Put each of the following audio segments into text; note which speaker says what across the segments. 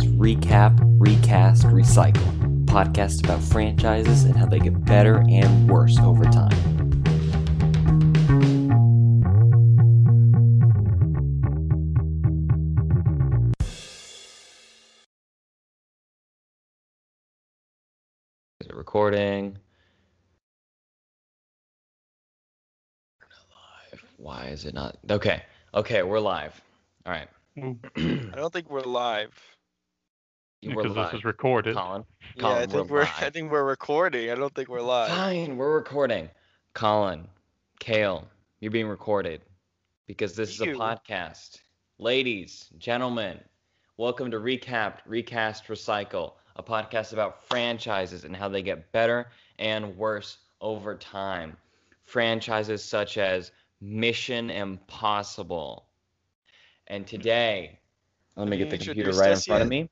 Speaker 1: Recap, Recast, Recycle, podcast about franchises and how they get better and worse over time. Is it recording? We're not live. Why is it not? Okay. Okay, we're live. All right.
Speaker 2: I don't think we're live.
Speaker 1: You were
Speaker 3: because this
Speaker 1: live.
Speaker 3: is recorded.
Speaker 1: Colin.
Speaker 2: yeah, I
Speaker 1: Colin,
Speaker 2: think
Speaker 1: we're
Speaker 2: we're, I
Speaker 1: live.
Speaker 2: think we're recording. I don't think we're
Speaker 1: Uh,
Speaker 2: live.
Speaker 1: Fine, we're recording. Colin, Kale, you're being recorded because this is
Speaker 2: You.
Speaker 1: a podcast. Ladies, gentlemen, welcome to Recap, Recast, Recycle, a podcast about franchises and how they get better and worse over time. Franchises such as Mission Impossible. And today, let me get the
Speaker 2: Haven't you
Speaker 1: computer
Speaker 2: introduced
Speaker 1: right in
Speaker 2: us
Speaker 1: front of
Speaker 2: yet?
Speaker 1: me.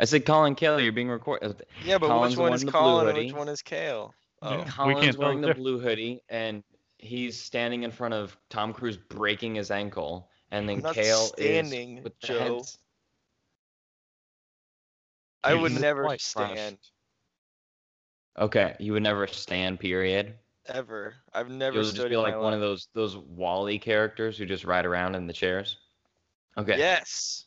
Speaker 1: I said, Colin Kale, you're being recorded.
Speaker 2: Yeah, but
Speaker 1: Colin's
Speaker 2: which
Speaker 1: the
Speaker 2: one
Speaker 1: one
Speaker 2: is
Speaker 1: in the blue
Speaker 2: Colin and
Speaker 1: hoodie.
Speaker 2: which one is Kale? Oh,
Speaker 3: Yeah. We
Speaker 1: Colin's
Speaker 3: can't tell
Speaker 1: wearing
Speaker 3: the
Speaker 1: the
Speaker 3: diff-
Speaker 1: blue hoodie and he's standing in front of Tom Cruise breaking his ankle and then
Speaker 2: I'm not
Speaker 1: Kale
Speaker 2: standing,
Speaker 1: is with the
Speaker 2: Joe.
Speaker 1: heads-
Speaker 2: I
Speaker 3: You
Speaker 2: would
Speaker 3: just
Speaker 2: never
Speaker 1: quite
Speaker 2: stand
Speaker 1: crushed. Okay, you would never stand period.
Speaker 2: ever. I've never
Speaker 1: You'll
Speaker 2: stood
Speaker 1: just be
Speaker 2: in
Speaker 1: like
Speaker 2: my
Speaker 1: one of
Speaker 2: life.
Speaker 1: those those Wally characters who just ride around in the chairs. Okay.
Speaker 2: Yes.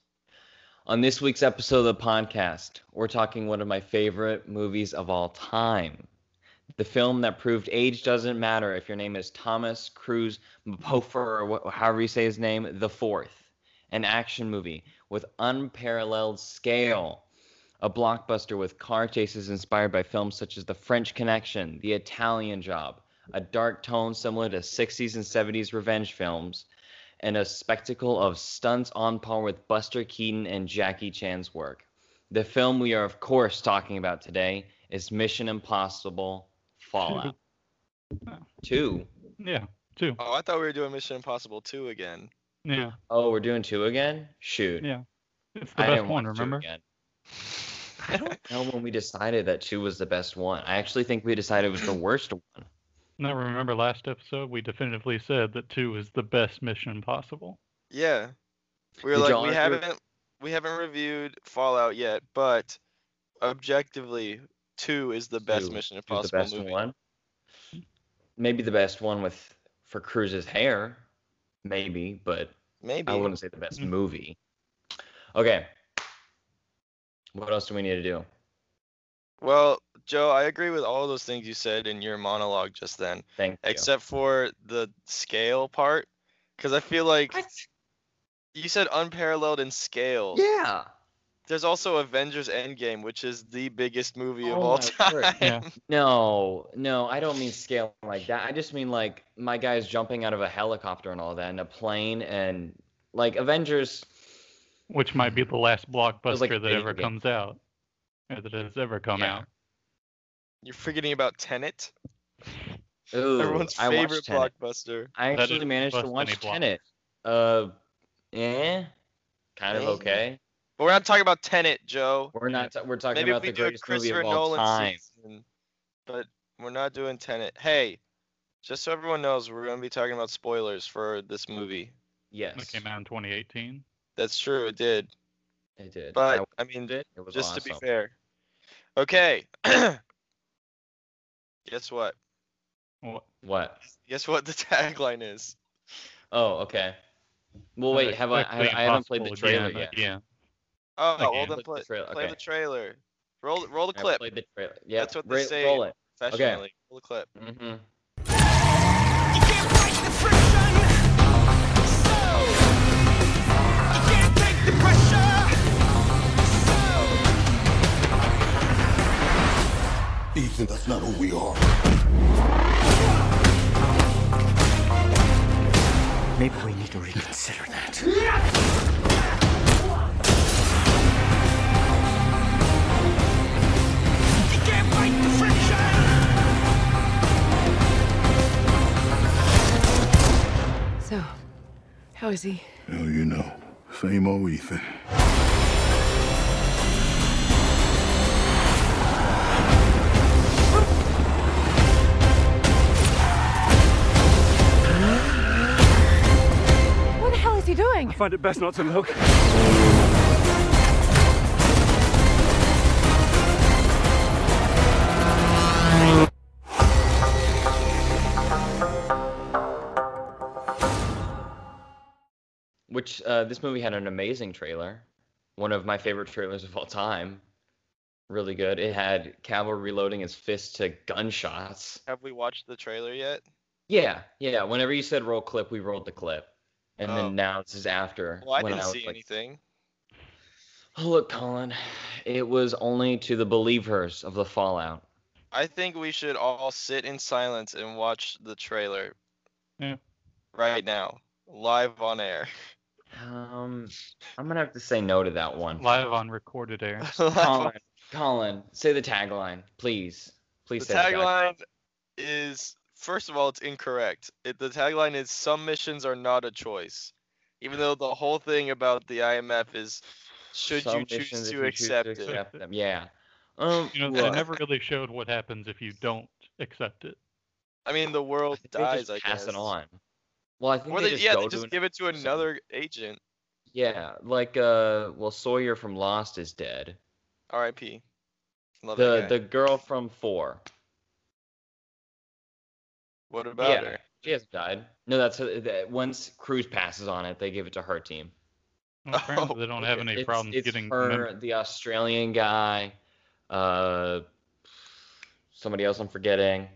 Speaker 1: On this week's episode of the podcast, we're talking one of my favorite movies of all time. The film that proved age doesn't matter if your name is Thomas Cruise Mpofer or wha- however you say his name, The Fourth. An action movie with unparalleled scale. A blockbuster with car chases inspired by films such as The French Connection, The Italian Job, a dark tone similar to 60s and 70s revenge films, and a spectacle of stunts on par with Buster Keaton and Jackie Chan's work. The film we are, of course, talking about today is Mission Impossible Fallout 2.
Speaker 3: Yeah, two.
Speaker 2: Oh, I thought we were doing Mission Impossible 2 again.
Speaker 3: Yeah,
Speaker 1: Oh, we're doing 2 again? Shoot.
Speaker 3: yeah. It's the
Speaker 1: I
Speaker 3: best
Speaker 1: didn't
Speaker 3: one.
Speaker 1: want to
Speaker 3: Remember?
Speaker 1: again. I don't know when we decided that 2 was the best one. I actually think we decided it was the worst one.
Speaker 3: No, remember last episode we definitively said that two is the best Mission Possible.
Speaker 2: Yeah. We were
Speaker 1: Did y'all
Speaker 2: like we
Speaker 1: ever-
Speaker 2: haven't we haven't reviewed Fallout yet, but objectively 2 is the best
Speaker 1: Two
Speaker 2: Mission
Speaker 1: It was
Speaker 2: Impossible
Speaker 1: the best
Speaker 2: movie.
Speaker 1: one. Maybe the best one with for Cruz's hair. Maybe, but
Speaker 2: Maybe.
Speaker 1: I wouldn't say the best
Speaker 3: Mm.
Speaker 1: movie. Okay. What else do we need to do?
Speaker 2: Well, Joe, I agree with all those things you said in your monologue just then,
Speaker 1: Thank you.
Speaker 2: except for the scale part, because I feel like you said unparalleled in scale.
Speaker 1: Yeah.
Speaker 2: There's also Avengers Endgame, which is the biggest movie of
Speaker 1: Oh
Speaker 2: all
Speaker 1: my word.
Speaker 2: time.
Speaker 3: Yeah.
Speaker 1: No, no, I don't mean scale like that. I just mean like my guys jumping out of a helicopter and all that, and a plane, and like Avengers.
Speaker 3: Which might be the last blockbuster
Speaker 1: like a
Speaker 3: that
Speaker 1: video
Speaker 3: ever
Speaker 1: game.
Speaker 3: comes out, or that has ever come
Speaker 1: Yeah.
Speaker 3: out.
Speaker 2: You're forgetting about Tenet,
Speaker 1: Ooh,
Speaker 2: everyone's
Speaker 1: I watched
Speaker 2: favorite
Speaker 1: Tenet.
Speaker 2: blockbuster.
Speaker 1: I
Speaker 3: That
Speaker 1: actually
Speaker 3: is
Speaker 1: managed to
Speaker 3: bust any
Speaker 1: watch
Speaker 3: block.
Speaker 1: Tenet. Uh, eh, kind of
Speaker 2: Eh.
Speaker 1: okay.
Speaker 2: But we're not talking about Tenet, Joe.
Speaker 1: We're not. We're talking
Speaker 2: Maybe
Speaker 1: about
Speaker 2: we
Speaker 1: the
Speaker 2: do a
Speaker 1: greatest movie
Speaker 2: Christopher
Speaker 1: of all
Speaker 2: Nolan
Speaker 1: time.
Speaker 2: season, but we're not doing Tenet. Hey, just so everyone knows, we're gonna be talking about spoilers for this movie.
Speaker 1: Yes,
Speaker 3: That came out in 2018.
Speaker 2: That's true, it did.
Speaker 1: it did.
Speaker 2: But
Speaker 1: I
Speaker 2: I mean,
Speaker 1: watched it. It was
Speaker 2: just to
Speaker 1: awesome.
Speaker 2: be fair. Okay. Guess what?
Speaker 3: What?
Speaker 1: What?
Speaker 2: Guess what the tagline is?
Speaker 1: Oh, okay. Well, wait. Have I? I,
Speaker 3: Exactly
Speaker 1: I haven't played the
Speaker 3: Impossible
Speaker 1: trailer
Speaker 3: again,
Speaker 1: yet.
Speaker 3: again.
Speaker 2: Oh,
Speaker 3: Okay.
Speaker 2: well then
Speaker 1: Click the
Speaker 2: play,
Speaker 1: trailer,
Speaker 2: play
Speaker 1: okay.
Speaker 2: the trailer. Roll roll the
Speaker 1: I
Speaker 2: clip
Speaker 1: played the trailer. Yeah,
Speaker 2: That's what they say.
Speaker 1: Roll it.
Speaker 2: professionally. Roll the clip.
Speaker 1: Mm-hmm.
Speaker 4: You can't break the friction. So you can't take the pressure. So
Speaker 5: Ethan, that's not who we are.
Speaker 6: Maybe we need to reconsider that.
Speaker 4: you can't break the friction.
Speaker 7: So, how is he?
Speaker 5: Oh, you know, same old Ethan.
Speaker 7: What the hell is he doing?
Speaker 6: Find it best not to look.
Speaker 1: which uh, this movie had an amazing trailer, one of my favorite trailers of all time. Really good. It had Cavill reloading his fist to gunshots.
Speaker 2: Have we watched the trailer yet?
Speaker 1: Yeah, yeah. Whenever you said roll clip, we rolled the clip, and
Speaker 2: Oh.
Speaker 1: then now this is after.
Speaker 2: Well, I
Speaker 1: when
Speaker 2: didn't
Speaker 1: was
Speaker 2: see
Speaker 1: like,
Speaker 2: anything.
Speaker 1: Oh look, Colin, it was only to the believers of the Fallout.
Speaker 2: I think we should all sit in silence and watch the trailer.
Speaker 3: Yeah.
Speaker 2: Right now, live on air.
Speaker 1: Um, I'm gonna have to say no to that one.
Speaker 3: Live on recorded air.
Speaker 2: Live on-
Speaker 1: Colin, Colin, say the tagline, please,
Speaker 2: the
Speaker 1: please say
Speaker 2: tagline is first of all, it's incorrect. It, the tagline is some missions are not a choice, even though the whole thing about the IMF is should
Speaker 1: Some
Speaker 2: you
Speaker 1: missions,
Speaker 2: choose
Speaker 1: if
Speaker 2: to
Speaker 1: you
Speaker 2: accept it.
Speaker 1: accept them. Yeah. Um,
Speaker 3: You know,
Speaker 1: look,
Speaker 3: they never really showed what happens if you don't accept it.
Speaker 2: I mean, the world
Speaker 1: they
Speaker 2: dies.
Speaker 1: just
Speaker 2: I
Speaker 1: pass
Speaker 2: guess.
Speaker 1: it on. Well, I think
Speaker 2: Or
Speaker 1: they,
Speaker 2: they,
Speaker 1: just
Speaker 2: yeah,
Speaker 1: go
Speaker 2: they
Speaker 1: to
Speaker 2: just
Speaker 1: an-
Speaker 2: give it to
Speaker 1: person.
Speaker 2: another agent.
Speaker 1: yeah, like uh, well, Sawyer from Lost is dead.
Speaker 2: R.I.P. Love
Speaker 1: the
Speaker 2: that guy.
Speaker 1: the girl from Four,
Speaker 2: What about
Speaker 1: yeah.
Speaker 2: her?
Speaker 1: she has died. No, that's that, once Cruz passes on it, they give it to her team.
Speaker 3: Well, apparently they don't have
Speaker 1: Okay,
Speaker 3: any
Speaker 1: it's-
Speaker 3: problems
Speaker 1: it's
Speaker 3: getting
Speaker 1: her,
Speaker 3: mem-
Speaker 1: the Australian guy, uh, somebody else I'm forgetting.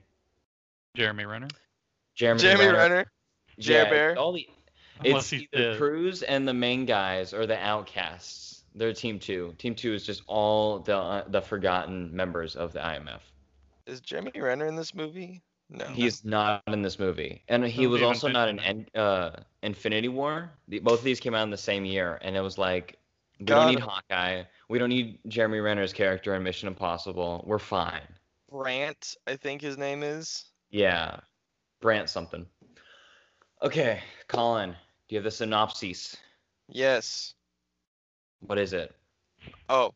Speaker 3: Jeremy Renner.
Speaker 1: Jeremy,
Speaker 2: Jeremy
Speaker 1: Renner.
Speaker 2: Renner. Jer
Speaker 1: Yeah,
Speaker 2: Bear.
Speaker 1: it's all the
Speaker 3: Unless
Speaker 1: it's
Speaker 3: he's
Speaker 1: either
Speaker 3: dead.
Speaker 1: Cruz and the main guys or the outcasts. They're team two. Team two is just all the uh, the forgotten members of the IMF.
Speaker 2: Is Jeremy Renner in this movie? No.
Speaker 1: He's not in this movie, and he
Speaker 3: No,
Speaker 1: was
Speaker 3: they
Speaker 1: also
Speaker 3: haven't
Speaker 1: not in
Speaker 3: been
Speaker 1: End- uh, Infinity War. The, both of these came out in the same year, and it was like we
Speaker 2: Got
Speaker 1: don't need
Speaker 2: him.
Speaker 1: Hawkeye, we don't need Jeremy Renner's character in Mission Impossible. We're fine.
Speaker 2: Brant, I think his name is.
Speaker 1: Yeah, Brant something. Okay, Colin, do you have the synopsis?
Speaker 2: Yes.
Speaker 1: What is it?
Speaker 2: Oh.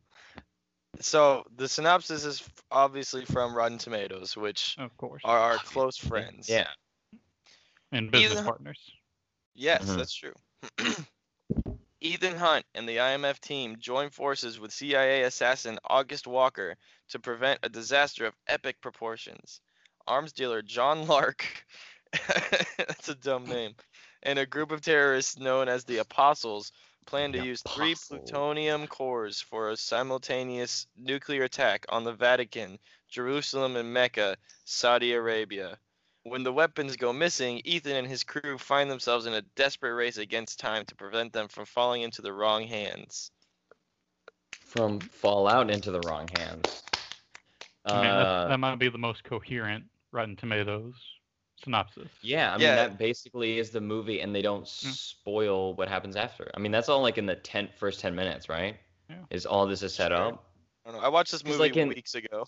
Speaker 2: So the synopsis is f- obviously from Rotten Tomatoes, which
Speaker 3: Of course.
Speaker 2: are our close friends.
Speaker 1: Yeah.
Speaker 3: and business
Speaker 2: Either-
Speaker 3: partners.
Speaker 2: Yes,
Speaker 1: Mhm.
Speaker 2: that's true. Ethan Hunt and the IMF team join forces with CIA assassin August Walker to prevent a disaster of epic proportions. Arms dealer John Lark, that's a dumb name, and a group of terrorists known as the Apostles plan to
Speaker 1: The
Speaker 2: use three
Speaker 1: Apostles.
Speaker 2: plutonium cores for a simultaneous nuclear attack on the Vatican, Jerusalem, and Mecca, Saudi Arabia. When the weapons go missing, Ethan and his crew find themselves in a desperate race against time to prevent them from falling into the wrong hands.
Speaker 1: From Fallout into the wrong hands.
Speaker 3: I mean,
Speaker 1: Uh,
Speaker 3: that's, that might be the most coherent Rotten Tomatoes synopsis.
Speaker 1: Yeah, I mean
Speaker 2: Yeah.
Speaker 1: that basically is the movie, and they don't
Speaker 3: Hmm.
Speaker 1: spoil what happens after. I mean that's all like in the ten first ten minutes, right?
Speaker 3: Yeah.
Speaker 1: Is all this is set
Speaker 2: Sure.
Speaker 1: up,
Speaker 2: I don't know. I watched this
Speaker 1: 'Cause,
Speaker 2: movie
Speaker 1: like, in-
Speaker 2: weeks ago.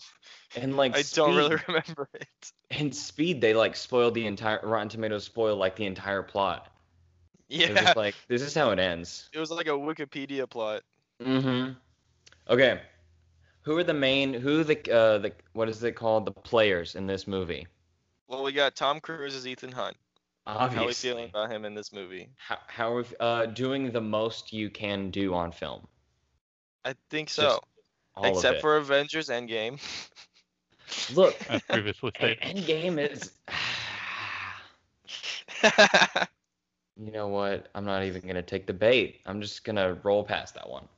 Speaker 1: and like
Speaker 2: I
Speaker 1: speed,
Speaker 2: don't really remember it.
Speaker 1: in speed they like spoiled the entire Rotten Tomatoes spoiled like the entire plot. It was
Speaker 2: Yeah,
Speaker 1: just like this is how it ends.
Speaker 2: it was like a Wikipedia plot.
Speaker 1: Mm-hmm. Okay, who are the main who the uh the what is it called the players in this movie?
Speaker 2: Well, we got Tom Cruise as Ethan Hunt.
Speaker 1: Obviously.
Speaker 2: How are we feeling about him in this movie?
Speaker 1: How, how are we, uh, doing the most you can do on film?
Speaker 2: I think
Speaker 1: Just
Speaker 2: so.
Speaker 1: All of
Speaker 2: Except
Speaker 1: it.
Speaker 2: for Avengers Endgame.
Speaker 1: look,
Speaker 3: As previously stated.
Speaker 1: Endgame is. You know what? I'm not even gonna take the bait. I'm just gonna roll past that one.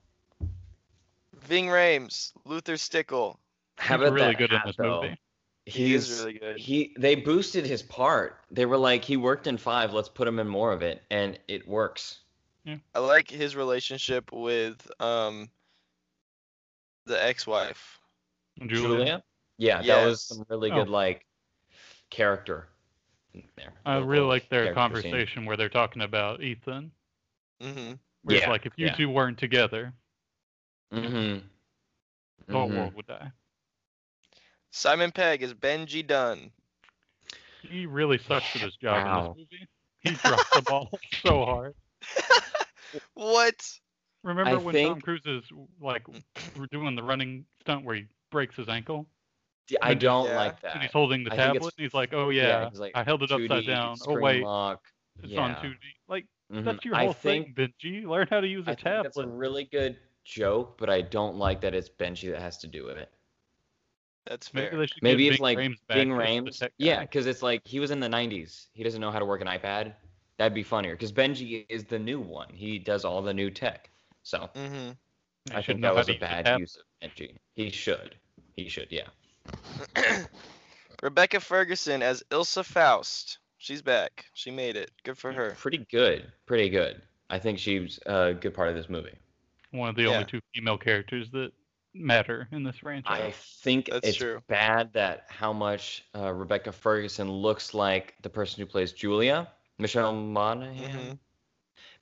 Speaker 2: Ving Rhames, Luther Stickle.
Speaker 1: How
Speaker 3: He's
Speaker 1: about
Speaker 3: really
Speaker 1: that
Speaker 3: good
Speaker 1: hat,
Speaker 3: in this
Speaker 1: though?
Speaker 3: movie.
Speaker 1: He's,
Speaker 2: He is really good.
Speaker 1: He they boosted his part. They were like, he worked in five. Let's put him in more of it, and it works.
Speaker 2: I like his relationship with um the ex-wife.
Speaker 3: Julia.
Speaker 1: Yeah, that was
Speaker 2: Yes.
Speaker 1: some really
Speaker 3: Oh.
Speaker 1: good like character. in There.
Speaker 3: I
Speaker 1: Little
Speaker 3: really like their
Speaker 1: character scene.
Speaker 3: conversation where they're talking about Ethan.
Speaker 2: hmm
Speaker 3: Where it's
Speaker 1: Yeah,
Speaker 3: like if you
Speaker 1: yeah.
Speaker 3: two weren't together,
Speaker 1: Mhm.
Speaker 3: the whole
Speaker 1: Mhm.
Speaker 3: world would die.
Speaker 2: Simon Pegg is Benji Dunn.
Speaker 3: He really sucks at his job
Speaker 1: Wow.
Speaker 3: in this movie. He dropped the ball so hard.
Speaker 2: What?
Speaker 3: Remember
Speaker 1: I
Speaker 3: when Tom
Speaker 1: think-
Speaker 3: Cruise is like we're doing the running stunt where he breaks his ankle
Speaker 1: I don't
Speaker 2: Yeah.
Speaker 1: like
Speaker 3: and he's
Speaker 1: that.
Speaker 3: holding the
Speaker 1: I think it's-
Speaker 3: tablet and he's like, "Oh yeah,
Speaker 1: he's like,
Speaker 3: I held it
Speaker 1: 2D
Speaker 3: upside down. Oh
Speaker 1: screen
Speaker 3: wait,
Speaker 1: lock.
Speaker 3: it's on
Speaker 1: yeah.
Speaker 3: 2D." Like
Speaker 1: Mhm.
Speaker 3: that's your
Speaker 1: I
Speaker 3: whole
Speaker 1: think
Speaker 3: thing, Benji. Learn how to use a
Speaker 1: I think that's a
Speaker 3: tablet.
Speaker 1: really good joke, but I don't like that it's Benji that has to do it.
Speaker 2: That's fair.
Speaker 3: Maybe they should
Speaker 1: Maybe
Speaker 3: give
Speaker 1: it's
Speaker 3: Bing
Speaker 1: like
Speaker 3: Rames back
Speaker 1: Bing
Speaker 3: as the
Speaker 1: Rames.
Speaker 3: tech guy.
Speaker 1: Yeah, because it's like he was in the 90s. He doesn't know how to work an iPad. That'd be funnier because Benji is the new one. He does all the new tech. So
Speaker 2: Mm-hmm.
Speaker 3: They
Speaker 1: I
Speaker 3: should
Speaker 1: think
Speaker 3: know
Speaker 1: that
Speaker 3: how
Speaker 1: was
Speaker 3: to
Speaker 1: a
Speaker 3: use the
Speaker 1: bad
Speaker 3: app.
Speaker 1: use of Benji. He should. He should. Yeah.
Speaker 2: Rebecca Ferguson as Ilsa Faust. She's back. She made it. Good for her.
Speaker 1: Pretty good. Pretty good. I think she's a good part of this movie.
Speaker 3: One of the
Speaker 2: Yeah.
Speaker 3: only two female characters that matter in this
Speaker 1: I
Speaker 3: franchise.
Speaker 1: think
Speaker 2: That's
Speaker 1: it's
Speaker 2: true.
Speaker 1: bad that how much uh, Rebecca Ferguson looks like the person who plays Julia, Michelle Monaghan,
Speaker 2: Mhm.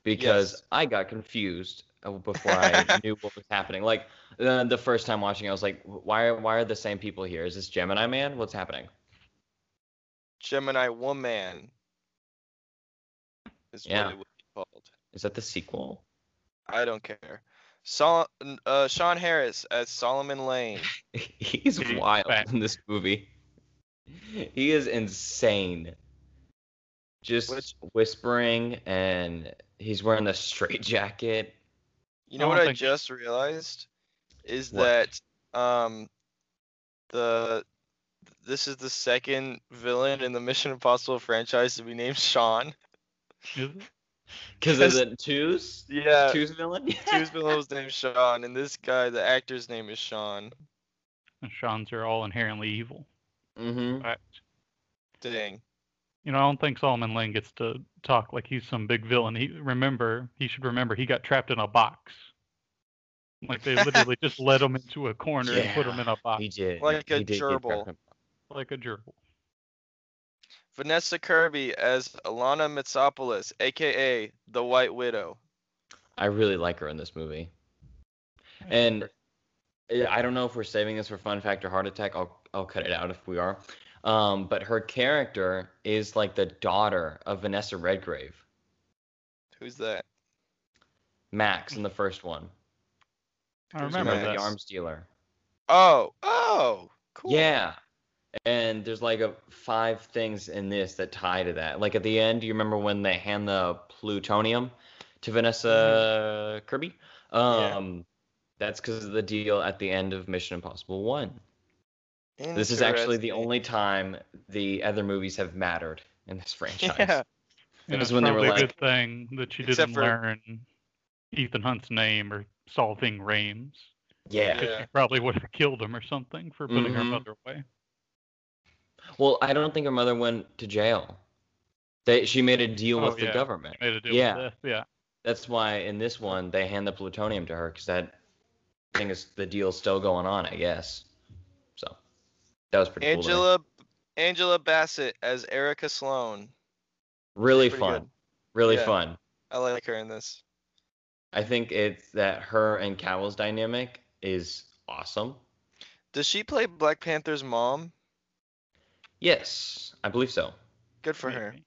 Speaker 1: because
Speaker 2: Yes.
Speaker 1: I got confused uh, before I knew what was happening. Like the, the first time watching, I was like, why are why are the same people here? Is this Gemini Man? What's happening?
Speaker 2: Gemini Woman. Is
Speaker 1: Yeah.
Speaker 2: what it would be called.
Speaker 1: Is that the sequel?
Speaker 2: I don't care. Sol- uh, Sean Harris as Solomon Lane.
Speaker 1: He's
Speaker 3: Dude,
Speaker 1: wild
Speaker 3: fact.
Speaker 1: in this movie. He is insane. Just
Speaker 2: Which-
Speaker 1: whispering, and he's wearing the straight jacket.
Speaker 2: You
Speaker 3: I
Speaker 2: know
Speaker 3: don't
Speaker 2: what I
Speaker 3: think-
Speaker 2: just realized is
Speaker 1: What?
Speaker 2: that um the this is the second villain in the Mission Impossible franchise to be named Sean.
Speaker 3: Is it?
Speaker 1: Because
Speaker 2: Yes.
Speaker 1: of the twos?
Speaker 2: Yeah,
Speaker 1: Twos villain?
Speaker 2: two's villain was named Sean, and this guy, the actor's name is Sean.
Speaker 3: And Sean's are all inherently evil.
Speaker 1: mm-hmm.
Speaker 3: Right.
Speaker 2: Dang.
Speaker 3: You know, I don't think Solomon Lane gets to talk like he's some big villain. He remember he should remember he got trapped in a box. Like they literally just led him into a corner and put him in a box
Speaker 1: He did.
Speaker 2: Like a
Speaker 1: he did get
Speaker 2: gerbil.
Speaker 1: pregnant.
Speaker 3: like a gerbil.
Speaker 2: Vanessa Kirby as Alana Mitsopoulos, aka the White Widow.
Speaker 1: I really like her in this movie. And I I don't know if we're saving this for fun fact or heart attack. I'll I'll cut it out if we are. Um, but her character is like the daughter of Vanessa Redgrave,
Speaker 2: Who's that?
Speaker 1: Max in the first one.
Speaker 3: I
Speaker 2: Who's
Speaker 3: remember
Speaker 2: Max?
Speaker 1: the
Speaker 3: that.
Speaker 1: arms dealer.
Speaker 2: Oh, oh, cool.
Speaker 1: Yeah. And there's like a five things in this that tie to that. Like at the end, you remember when they hand the plutonium to Vanessa Kirby?
Speaker 2: Mm-hmm. Yeah.
Speaker 1: Um that's because of the deal at the end of Mission Impossible 1. This is actually the
Speaker 2: Interesting.
Speaker 1: only time the other movies have mattered in this franchise.
Speaker 2: Yeah.
Speaker 3: And
Speaker 1: Because
Speaker 3: it's
Speaker 1: when they were
Speaker 3: probably a
Speaker 1: like-
Speaker 3: good thing that you
Speaker 2: Except
Speaker 3: didn't
Speaker 2: for-
Speaker 3: learn Ethan Hunt's name or solving Rames.
Speaker 1: Yeah.
Speaker 3: 'cause
Speaker 2: Yeah.
Speaker 3: she probably would have killed him or something for putting her
Speaker 1: Mhm.
Speaker 3: mother away.
Speaker 1: Well, I don't think her mother went to jail. They, she made a deal
Speaker 3: Oh,
Speaker 1: with the
Speaker 3: yeah.
Speaker 1: government.
Speaker 3: Made a deal
Speaker 1: Yeah.
Speaker 3: with death. Yeah.
Speaker 1: That's why in this one they hand the plutonium to her because that thing is the deal's still going on, I guess. So that was pretty cool. to me.
Speaker 2: Angela Angela Bassett as Erica Sloan.
Speaker 1: Really
Speaker 2: pretty
Speaker 1: fun.
Speaker 2: good.
Speaker 1: Really
Speaker 2: Yeah.
Speaker 1: fun.
Speaker 2: I like her in this.
Speaker 1: I think it's that her and Cowell's dynamic is awesome.
Speaker 2: Does she play Black Panther's mom?
Speaker 1: Yes, I believe so.
Speaker 2: Good for her.
Speaker 3: maybe.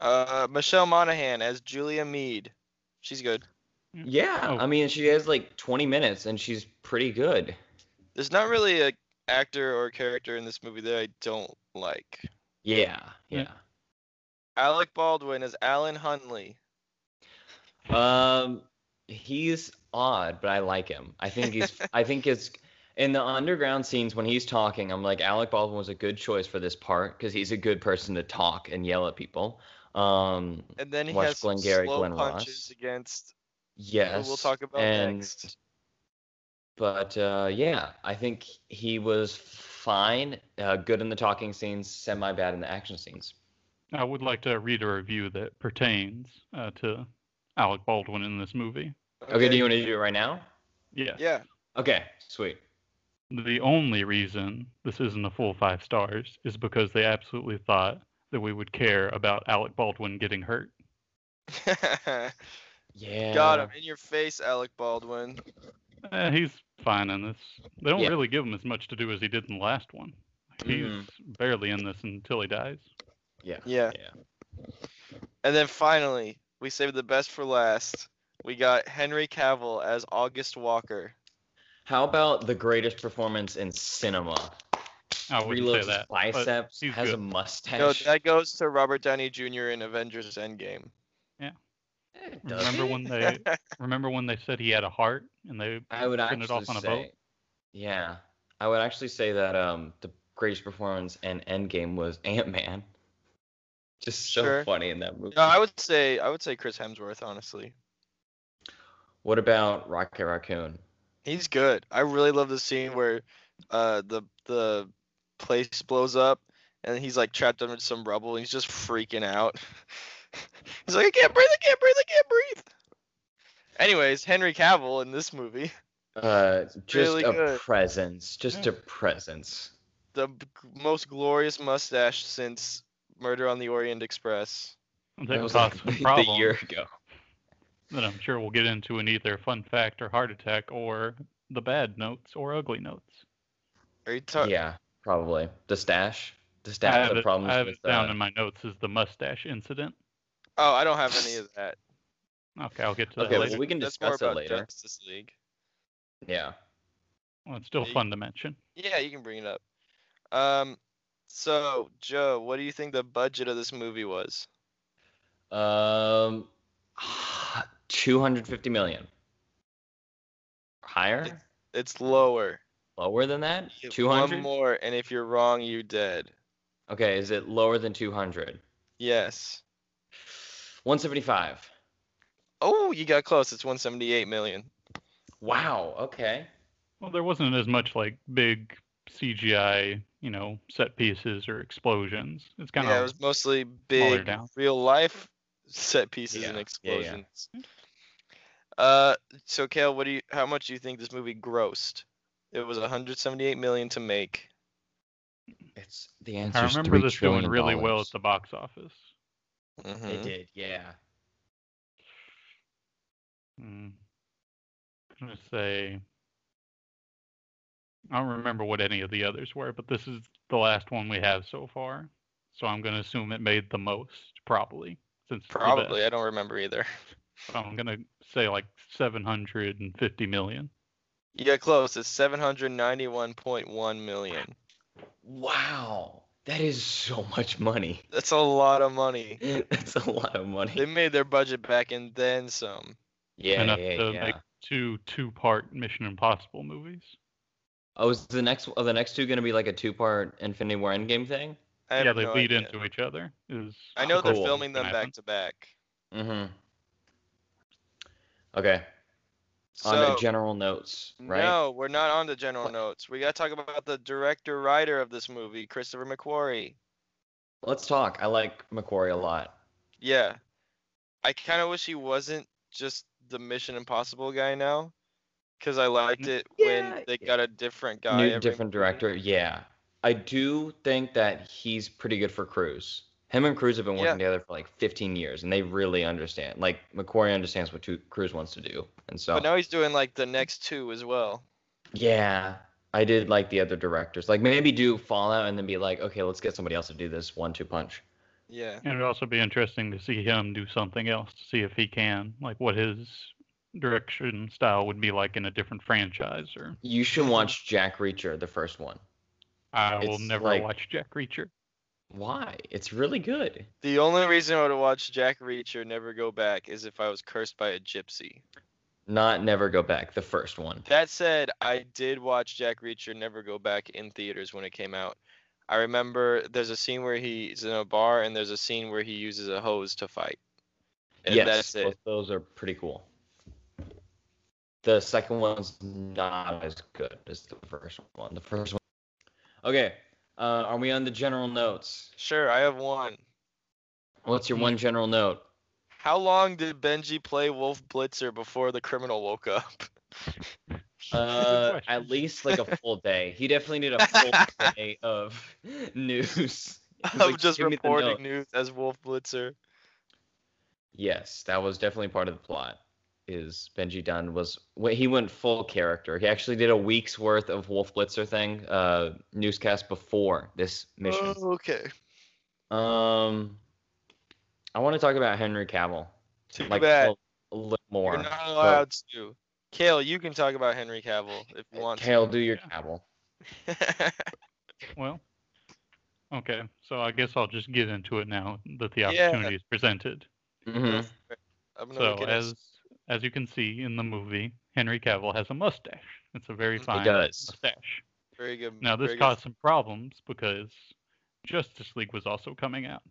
Speaker 2: Uh, Michelle Monaghan as Julia Mead. She's good.
Speaker 1: Yeah,
Speaker 3: Oh.
Speaker 1: I mean she has like 20 minutes and she's pretty good.
Speaker 2: There's not really a actor or character in this movie that I don't like.
Speaker 1: Yeah, yeah.
Speaker 3: Yeah.
Speaker 2: Alec Baldwin as Alan Huntley.
Speaker 1: Um, he's odd, but I like him. I think he's. I think it's in the underground scenes when he's talking. I'm like Alec Baldwin was a good choice for this part because he's a good person to talk and yell at people. Um,
Speaker 2: And then he
Speaker 1: Watch
Speaker 2: has some
Speaker 1: Glengarry
Speaker 2: slow
Speaker 1: Glen
Speaker 2: punches
Speaker 1: Ross.
Speaker 2: against who
Speaker 1: yes.
Speaker 2: we'll talk about
Speaker 1: and,
Speaker 2: next.
Speaker 1: But uh, yeah, I think he was fine. Uh, good in the talking scenes, semi bad in the action scenes.
Speaker 3: I would like to read a review that pertains uh, to Alec Baldwin in this movie.
Speaker 1: Okay, do you want to do it right now?
Speaker 3: Yeah.
Speaker 2: Yeah.
Speaker 1: Okay, sweet.
Speaker 3: The only reason this isn't a full five stars is because they absolutely thought that we would care about Alec Baldwin getting hurt.
Speaker 1: Yeah.
Speaker 2: Got him in your face, Alec Baldwin.
Speaker 3: Eh, he's fine in this. They don't
Speaker 1: Yeah. Mm-hmm.
Speaker 3: really give him as much to do as he did in the last one. He's barely in this until he dies.
Speaker 1: Yeah.
Speaker 2: Yeah.
Speaker 1: Yeah.
Speaker 2: And then finally, we saved the best for last. We got Henry Cavill as August Walker.
Speaker 1: How about the greatest performance in cinema?
Speaker 3: I wouldn't say
Speaker 1: Reloads his
Speaker 3: that. but
Speaker 1: biceps,
Speaker 3: he's
Speaker 1: has a
Speaker 3: good.
Speaker 2: No,
Speaker 1: mustache.
Speaker 2: that goes to Robert Downey Jr. in Avengers Endgame.
Speaker 1: does
Speaker 3: remember
Speaker 1: it?
Speaker 3: when they remember when they said he had a heart and they
Speaker 1: I would
Speaker 3: send
Speaker 1: actually
Speaker 3: it off on a
Speaker 1: say,
Speaker 3: boat?
Speaker 1: yeah, I would actually say that um the greatest performance in Endgame was Ant Man. Just so
Speaker 2: Sure.
Speaker 1: funny in that movie.
Speaker 2: No, I would say I would say Chris Hemsworth. Honestly,
Speaker 1: What about Rocket Raccoon?
Speaker 2: he's good. I really love the scene where uh, the the place blows up and he's like trapped under some rubble and he's just freaking out. he's like, I can't breathe. I can't breathe. I can't breathe. Anyways, Henry Cavill in this movie,
Speaker 1: Uh, just
Speaker 2: really
Speaker 1: a
Speaker 2: good.
Speaker 1: presence. Just a presence.
Speaker 2: the b- most glorious mustache since Murder on the Orient Express.
Speaker 1: That
Speaker 3: That
Speaker 1: was like
Speaker 3: caused some
Speaker 1: a
Speaker 3: problems
Speaker 1: year ago.
Speaker 3: that I'm sure we'll get into in either fun fact or heart attack or the bad notes or ugly notes.
Speaker 2: Are you talking?
Speaker 1: Yeah, probably. The stash. The
Speaker 3: I
Speaker 1: stash.
Speaker 3: have
Speaker 1: The
Speaker 3: it,
Speaker 1: problems
Speaker 3: I have
Speaker 1: with
Speaker 3: it down
Speaker 1: uh,
Speaker 3: in my notes is the mustache incident.
Speaker 2: Oh, I don't have any of that.
Speaker 3: Okay, I'll get to that
Speaker 1: Okay,
Speaker 3: later.
Speaker 1: well, we can
Speaker 2: That's more
Speaker 1: discuss it
Speaker 2: about
Speaker 1: later.
Speaker 2: Justice League.
Speaker 1: Yeah.
Speaker 3: Well, it's still
Speaker 2: Yeah, you-
Speaker 3: fun to mention.
Speaker 2: Yeah, you can bring it up. Um, so Joe, what do you think the budget of this movie was?
Speaker 1: Um, 250 million. Higher?
Speaker 2: It's lower.
Speaker 1: Lower than that?
Speaker 2: You have One
Speaker 1: 200?
Speaker 2: more, and if you're wrong, you're dead.
Speaker 1: Okay, is it lower than 200?
Speaker 2: Yes.
Speaker 1: 175.
Speaker 2: Oh, you got close. It's 178 million.
Speaker 1: Wow, okay.
Speaker 3: Well, there wasn't as much like big CGI, you know, set pieces or explosions. It's kind
Speaker 2: yeah, it
Speaker 3: of
Speaker 2: was mostly big
Speaker 3: down.
Speaker 2: real life set pieces and
Speaker 1: Yeah, yeah, yeah.
Speaker 2: explosions. Uh, so Kale, what do you? How much do you think this movie grossed? It was 178 million to make.
Speaker 1: It's the answer.
Speaker 3: I remember this doing really well at the box office.
Speaker 1: It
Speaker 2: Mhm.
Speaker 1: did, yeah.
Speaker 3: Mm. I'm gonna say I don't remember what any of the others were, but this is the last one we have so far. So I'm gonna assume it made the most, probably. Since it's the best.
Speaker 2: Probably. I don't remember either.
Speaker 3: So I'm gonna say like seven hundred and fifty million.
Speaker 2: You got close. It's 791.1 million.
Speaker 1: Wow, that is so much money.
Speaker 2: That's a lot of money.
Speaker 1: That's a lot of money.
Speaker 2: They made their budget back and then some.
Speaker 1: yeah,
Speaker 3: enough
Speaker 1: yeah,
Speaker 3: to
Speaker 1: yeah.
Speaker 3: make two two part Mission Impossible movies.
Speaker 1: Oh, is the next are the next two gonna be like a two part Infinity War Endgame thing?
Speaker 2: I
Speaker 3: yeah,
Speaker 2: have
Speaker 3: they
Speaker 2: no
Speaker 3: lead
Speaker 2: idea.
Speaker 3: into each other. It was
Speaker 2: I know they're
Speaker 1: Cool.
Speaker 2: filming them
Speaker 3: Can
Speaker 2: back
Speaker 3: happen.
Speaker 2: to back.
Speaker 1: Mm-hmm. Okay. On
Speaker 2: So
Speaker 1: the general notes, right?
Speaker 2: no, we're not on the general
Speaker 1: What?
Speaker 2: notes. We gotta talk about the director writer of this movie, Christopher McQuarrie.
Speaker 1: Let's talk. I like Macquarie a lot.
Speaker 2: Yeah, I kind of wish he wasn't just the Mission Impossible guy now, because I
Speaker 3: Mm.
Speaker 2: liked it
Speaker 1: Yeah.
Speaker 2: when they got a different guy.
Speaker 1: New
Speaker 2: every
Speaker 1: different
Speaker 2: movie.
Speaker 1: director. Yeah. I do think that he's pretty good for Cruz. Him and Cruz have been working
Speaker 2: Yeah.
Speaker 1: together for like 15 years, and they really understand. Like Macquarie understands what tu- Cruz wants to do, and so
Speaker 2: But now he's doing like the next two as well.
Speaker 1: yeah, I did like the other directors. Like maybe do Fallout and then be like, okay, let's get somebody else to do this one-two punch.
Speaker 2: Yeah.
Speaker 3: And it'd also be interesting to see him do something else to see if he can, like what his direction style would be like in a different franchise. Or
Speaker 1: You should watch Jack Reacher, the first one.
Speaker 3: I will
Speaker 1: It's
Speaker 3: never
Speaker 1: like-
Speaker 3: watch Jack Reacher.
Speaker 1: Why? It's really good.
Speaker 2: The only reason I would watch Jack Reacher Never Go Back is if I was cursed by a gypsy.
Speaker 1: Not never go back. The first one.
Speaker 2: That said, I did watch Jack Reacher Never Go Back in theaters when it came out. I remember there's a scene where he's in a bar and there's a scene where he uses a hose to fight. And
Speaker 1: yes,
Speaker 2: that's
Speaker 1: both
Speaker 2: it.
Speaker 1: those are pretty cool. The second one's not as good as the first one. The first one. Okay, uh, are we on the general notes?
Speaker 2: Sure, I have one.
Speaker 1: What's your one general note?
Speaker 2: How long did Benji play Wolf Blitzer before the criminal woke up?
Speaker 1: Uh,
Speaker 3: question.
Speaker 1: at least like a full day. He definitely needed a full day of news.
Speaker 2: I'm
Speaker 1: Like,
Speaker 2: just
Speaker 1: give me the
Speaker 2: reporting
Speaker 1: note.
Speaker 2: news as Wolf Blitzer.
Speaker 1: Yes, that was definitely part of the plot. Is Benji Dunn was wh- he went full character. He actually did a week's worth of Wolf Blitzer thing uh, newscast before this mission.
Speaker 2: Oh, okay.
Speaker 1: Um, I want to talk about Henry Cavill
Speaker 2: Too
Speaker 1: like
Speaker 2: bad.
Speaker 1: a, little- a little more.
Speaker 2: You're not
Speaker 1: but
Speaker 2: allowed to. Kale, you can talk about Henry Cavill if you want.
Speaker 1: Kale, do your
Speaker 3: Yeah.
Speaker 1: Cavill.
Speaker 2: to.
Speaker 3: Well, okay, so I guess I'll just get into it now that the
Speaker 2: Yeah.
Speaker 3: opportunity is presented.
Speaker 2: Mm-hmm.
Speaker 1: Mhm.
Speaker 2: I'm gonna
Speaker 3: So
Speaker 2: look at
Speaker 3: as
Speaker 2: his-
Speaker 3: as you can see in the movie, Henry Cavill has a mustache. It's a very fine
Speaker 1: does.
Speaker 3: mustache.
Speaker 2: Mm, very good.
Speaker 3: Now this
Speaker 2: very good-
Speaker 3: caused some problems because Justice League was also coming out.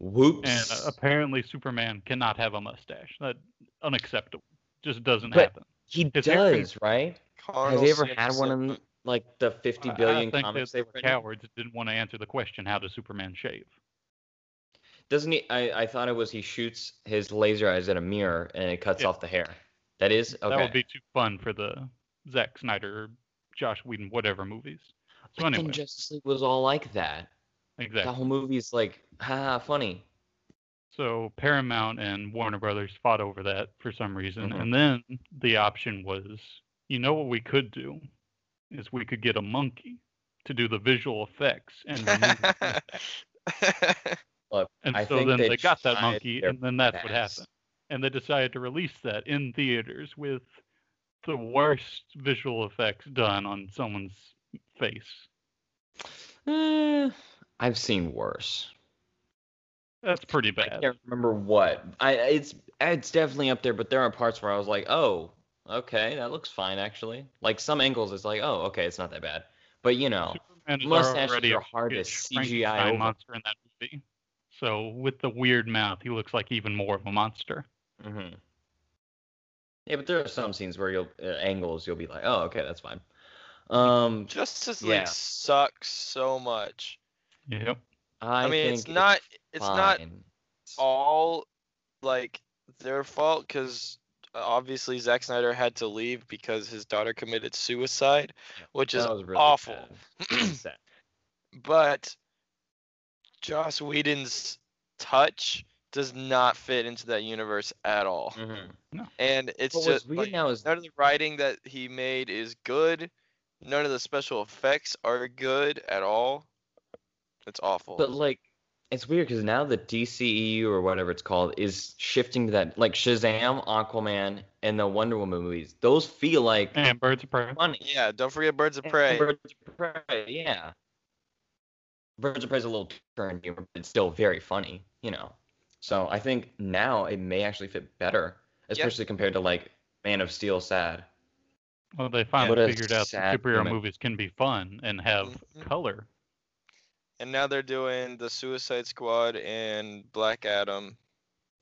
Speaker 1: Whoops.
Speaker 3: And uh, apparently, Superman cannot have a mustache. That unacceptable. Just doesn't
Speaker 1: But
Speaker 3: happen.
Speaker 1: he
Speaker 3: his
Speaker 1: does,
Speaker 3: hair
Speaker 1: right? Has
Speaker 2: Carnal
Speaker 1: he ever
Speaker 2: sin
Speaker 1: had
Speaker 2: of
Speaker 1: one
Speaker 2: sin.
Speaker 1: in like the 50
Speaker 3: I-
Speaker 1: billion
Speaker 3: I think
Speaker 1: comics
Speaker 3: that they
Speaker 1: they've
Speaker 3: were
Speaker 1: written?
Speaker 3: cowards that didn't want to answer the question, how does Superman shave?
Speaker 1: Doesn't he? I, I thought it was he shoots his laser eyes at a mirror and it cuts
Speaker 3: Yeah.
Speaker 1: off the hair. That is okay.
Speaker 3: That would be too fun for the Zack Snyder, or Josh Whedon, whatever movies. So
Speaker 1: But then
Speaker 3: anyway,
Speaker 1: Justice League was all like that. The
Speaker 3: exactly.
Speaker 1: whole movie's like, haha, funny.
Speaker 3: So Paramount and Warner Brothers fought over that for some reason,
Speaker 1: Mhm.
Speaker 3: and then the option was, you know what we could do, is we could get a monkey to do the visual effects and. remove the hair.
Speaker 1: Mm-hmm. Look,
Speaker 3: And
Speaker 1: I
Speaker 3: so
Speaker 1: think
Speaker 3: then
Speaker 1: they
Speaker 3: they, got that
Speaker 1: tried
Speaker 3: monkey,
Speaker 1: their
Speaker 3: and then that's what
Speaker 1: best.
Speaker 3: happened. And they decided to release that in theaters with the worst visual effects done on someone's face.
Speaker 1: eh, I've seen worse.
Speaker 3: That's pretty
Speaker 1: I
Speaker 3: bad.
Speaker 1: can't remember what. I it's it's definitely up there, but there are parts where I was like, oh, okay, that looks fine actually. Like some angles, it's like, oh, okay, it's not that bad. But you know,
Speaker 3: Superman is
Speaker 1: mustaches
Speaker 3: already
Speaker 1: are
Speaker 3: a
Speaker 1: hard to
Speaker 3: huge
Speaker 1: CGI
Speaker 3: Frankenstein
Speaker 1: over.
Speaker 3: monster in that movie. So with the weird mouth, he looks like even more of a monster.
Speaker 1: hmm yeah, but there are some scenes where you'll uh, angles you'll be like, oh, okay, that's fine. Um,
Speaker 2: Justice
Speaker 1: Yeah.
Speaker 2: League sucks so much.
Speaker 3: Yep.
Speaker 1: I,
Speaker 2: I, mean,
Speaker 1: think
Speaker 2: it's not it's not
Speaker 1: fine.
Speaker 2: all like their fault because obviously Zack Snyder had to leave because his daughter committed suicide, which is
Speaker 1: That was really
Speaker 2: awful.
Speaker 1: bad. Really sad.
Speaker 2: But Joss Whedon's touch does not fit into that universe at all,
Speaker 3: Mm.
Speaker 1: Mhm.
Speaker 2: and
Speaker 1: But
Speaker 2: it's
Speaker 1: what's
Speaker 2: just
Speaker 1: weird
Speaker 2: like,
Speaker 1: now is
Speaker 2: none of the writing that he made is good. None of the special effects are good at all. It's awful.
Speaker 1: But like, it's weird because now the DCEU or whatever it's called is shifting to that. Like Shazam, Aquaman, and the Wonder Woman movies. Those feel like
Speaker 3: And Birds of Prey.
Speaker 1: money.
Speaker 2: yeah, don't forget Birds of Prey.
Speaker 1: Birds of Prey, yeah. Birds of Prey is a little current humor, but it's still very funny, you know. So I think now it may actually fit better, especially compared to like Man of Steel, sad.
Speaker 3: Well, they
Speaker 1: What a
Speaker 3: finally figured out that
Speaker 1: sad Mm-hmm.
Speaker 3: superhero
Speaker 1: moment.
Speaker 3: movies can be fun and have
Speaker 2: Mhm.
Speaker 3: color.
Speaker 2: And now they're doing the Suicide Squad and Black Adam.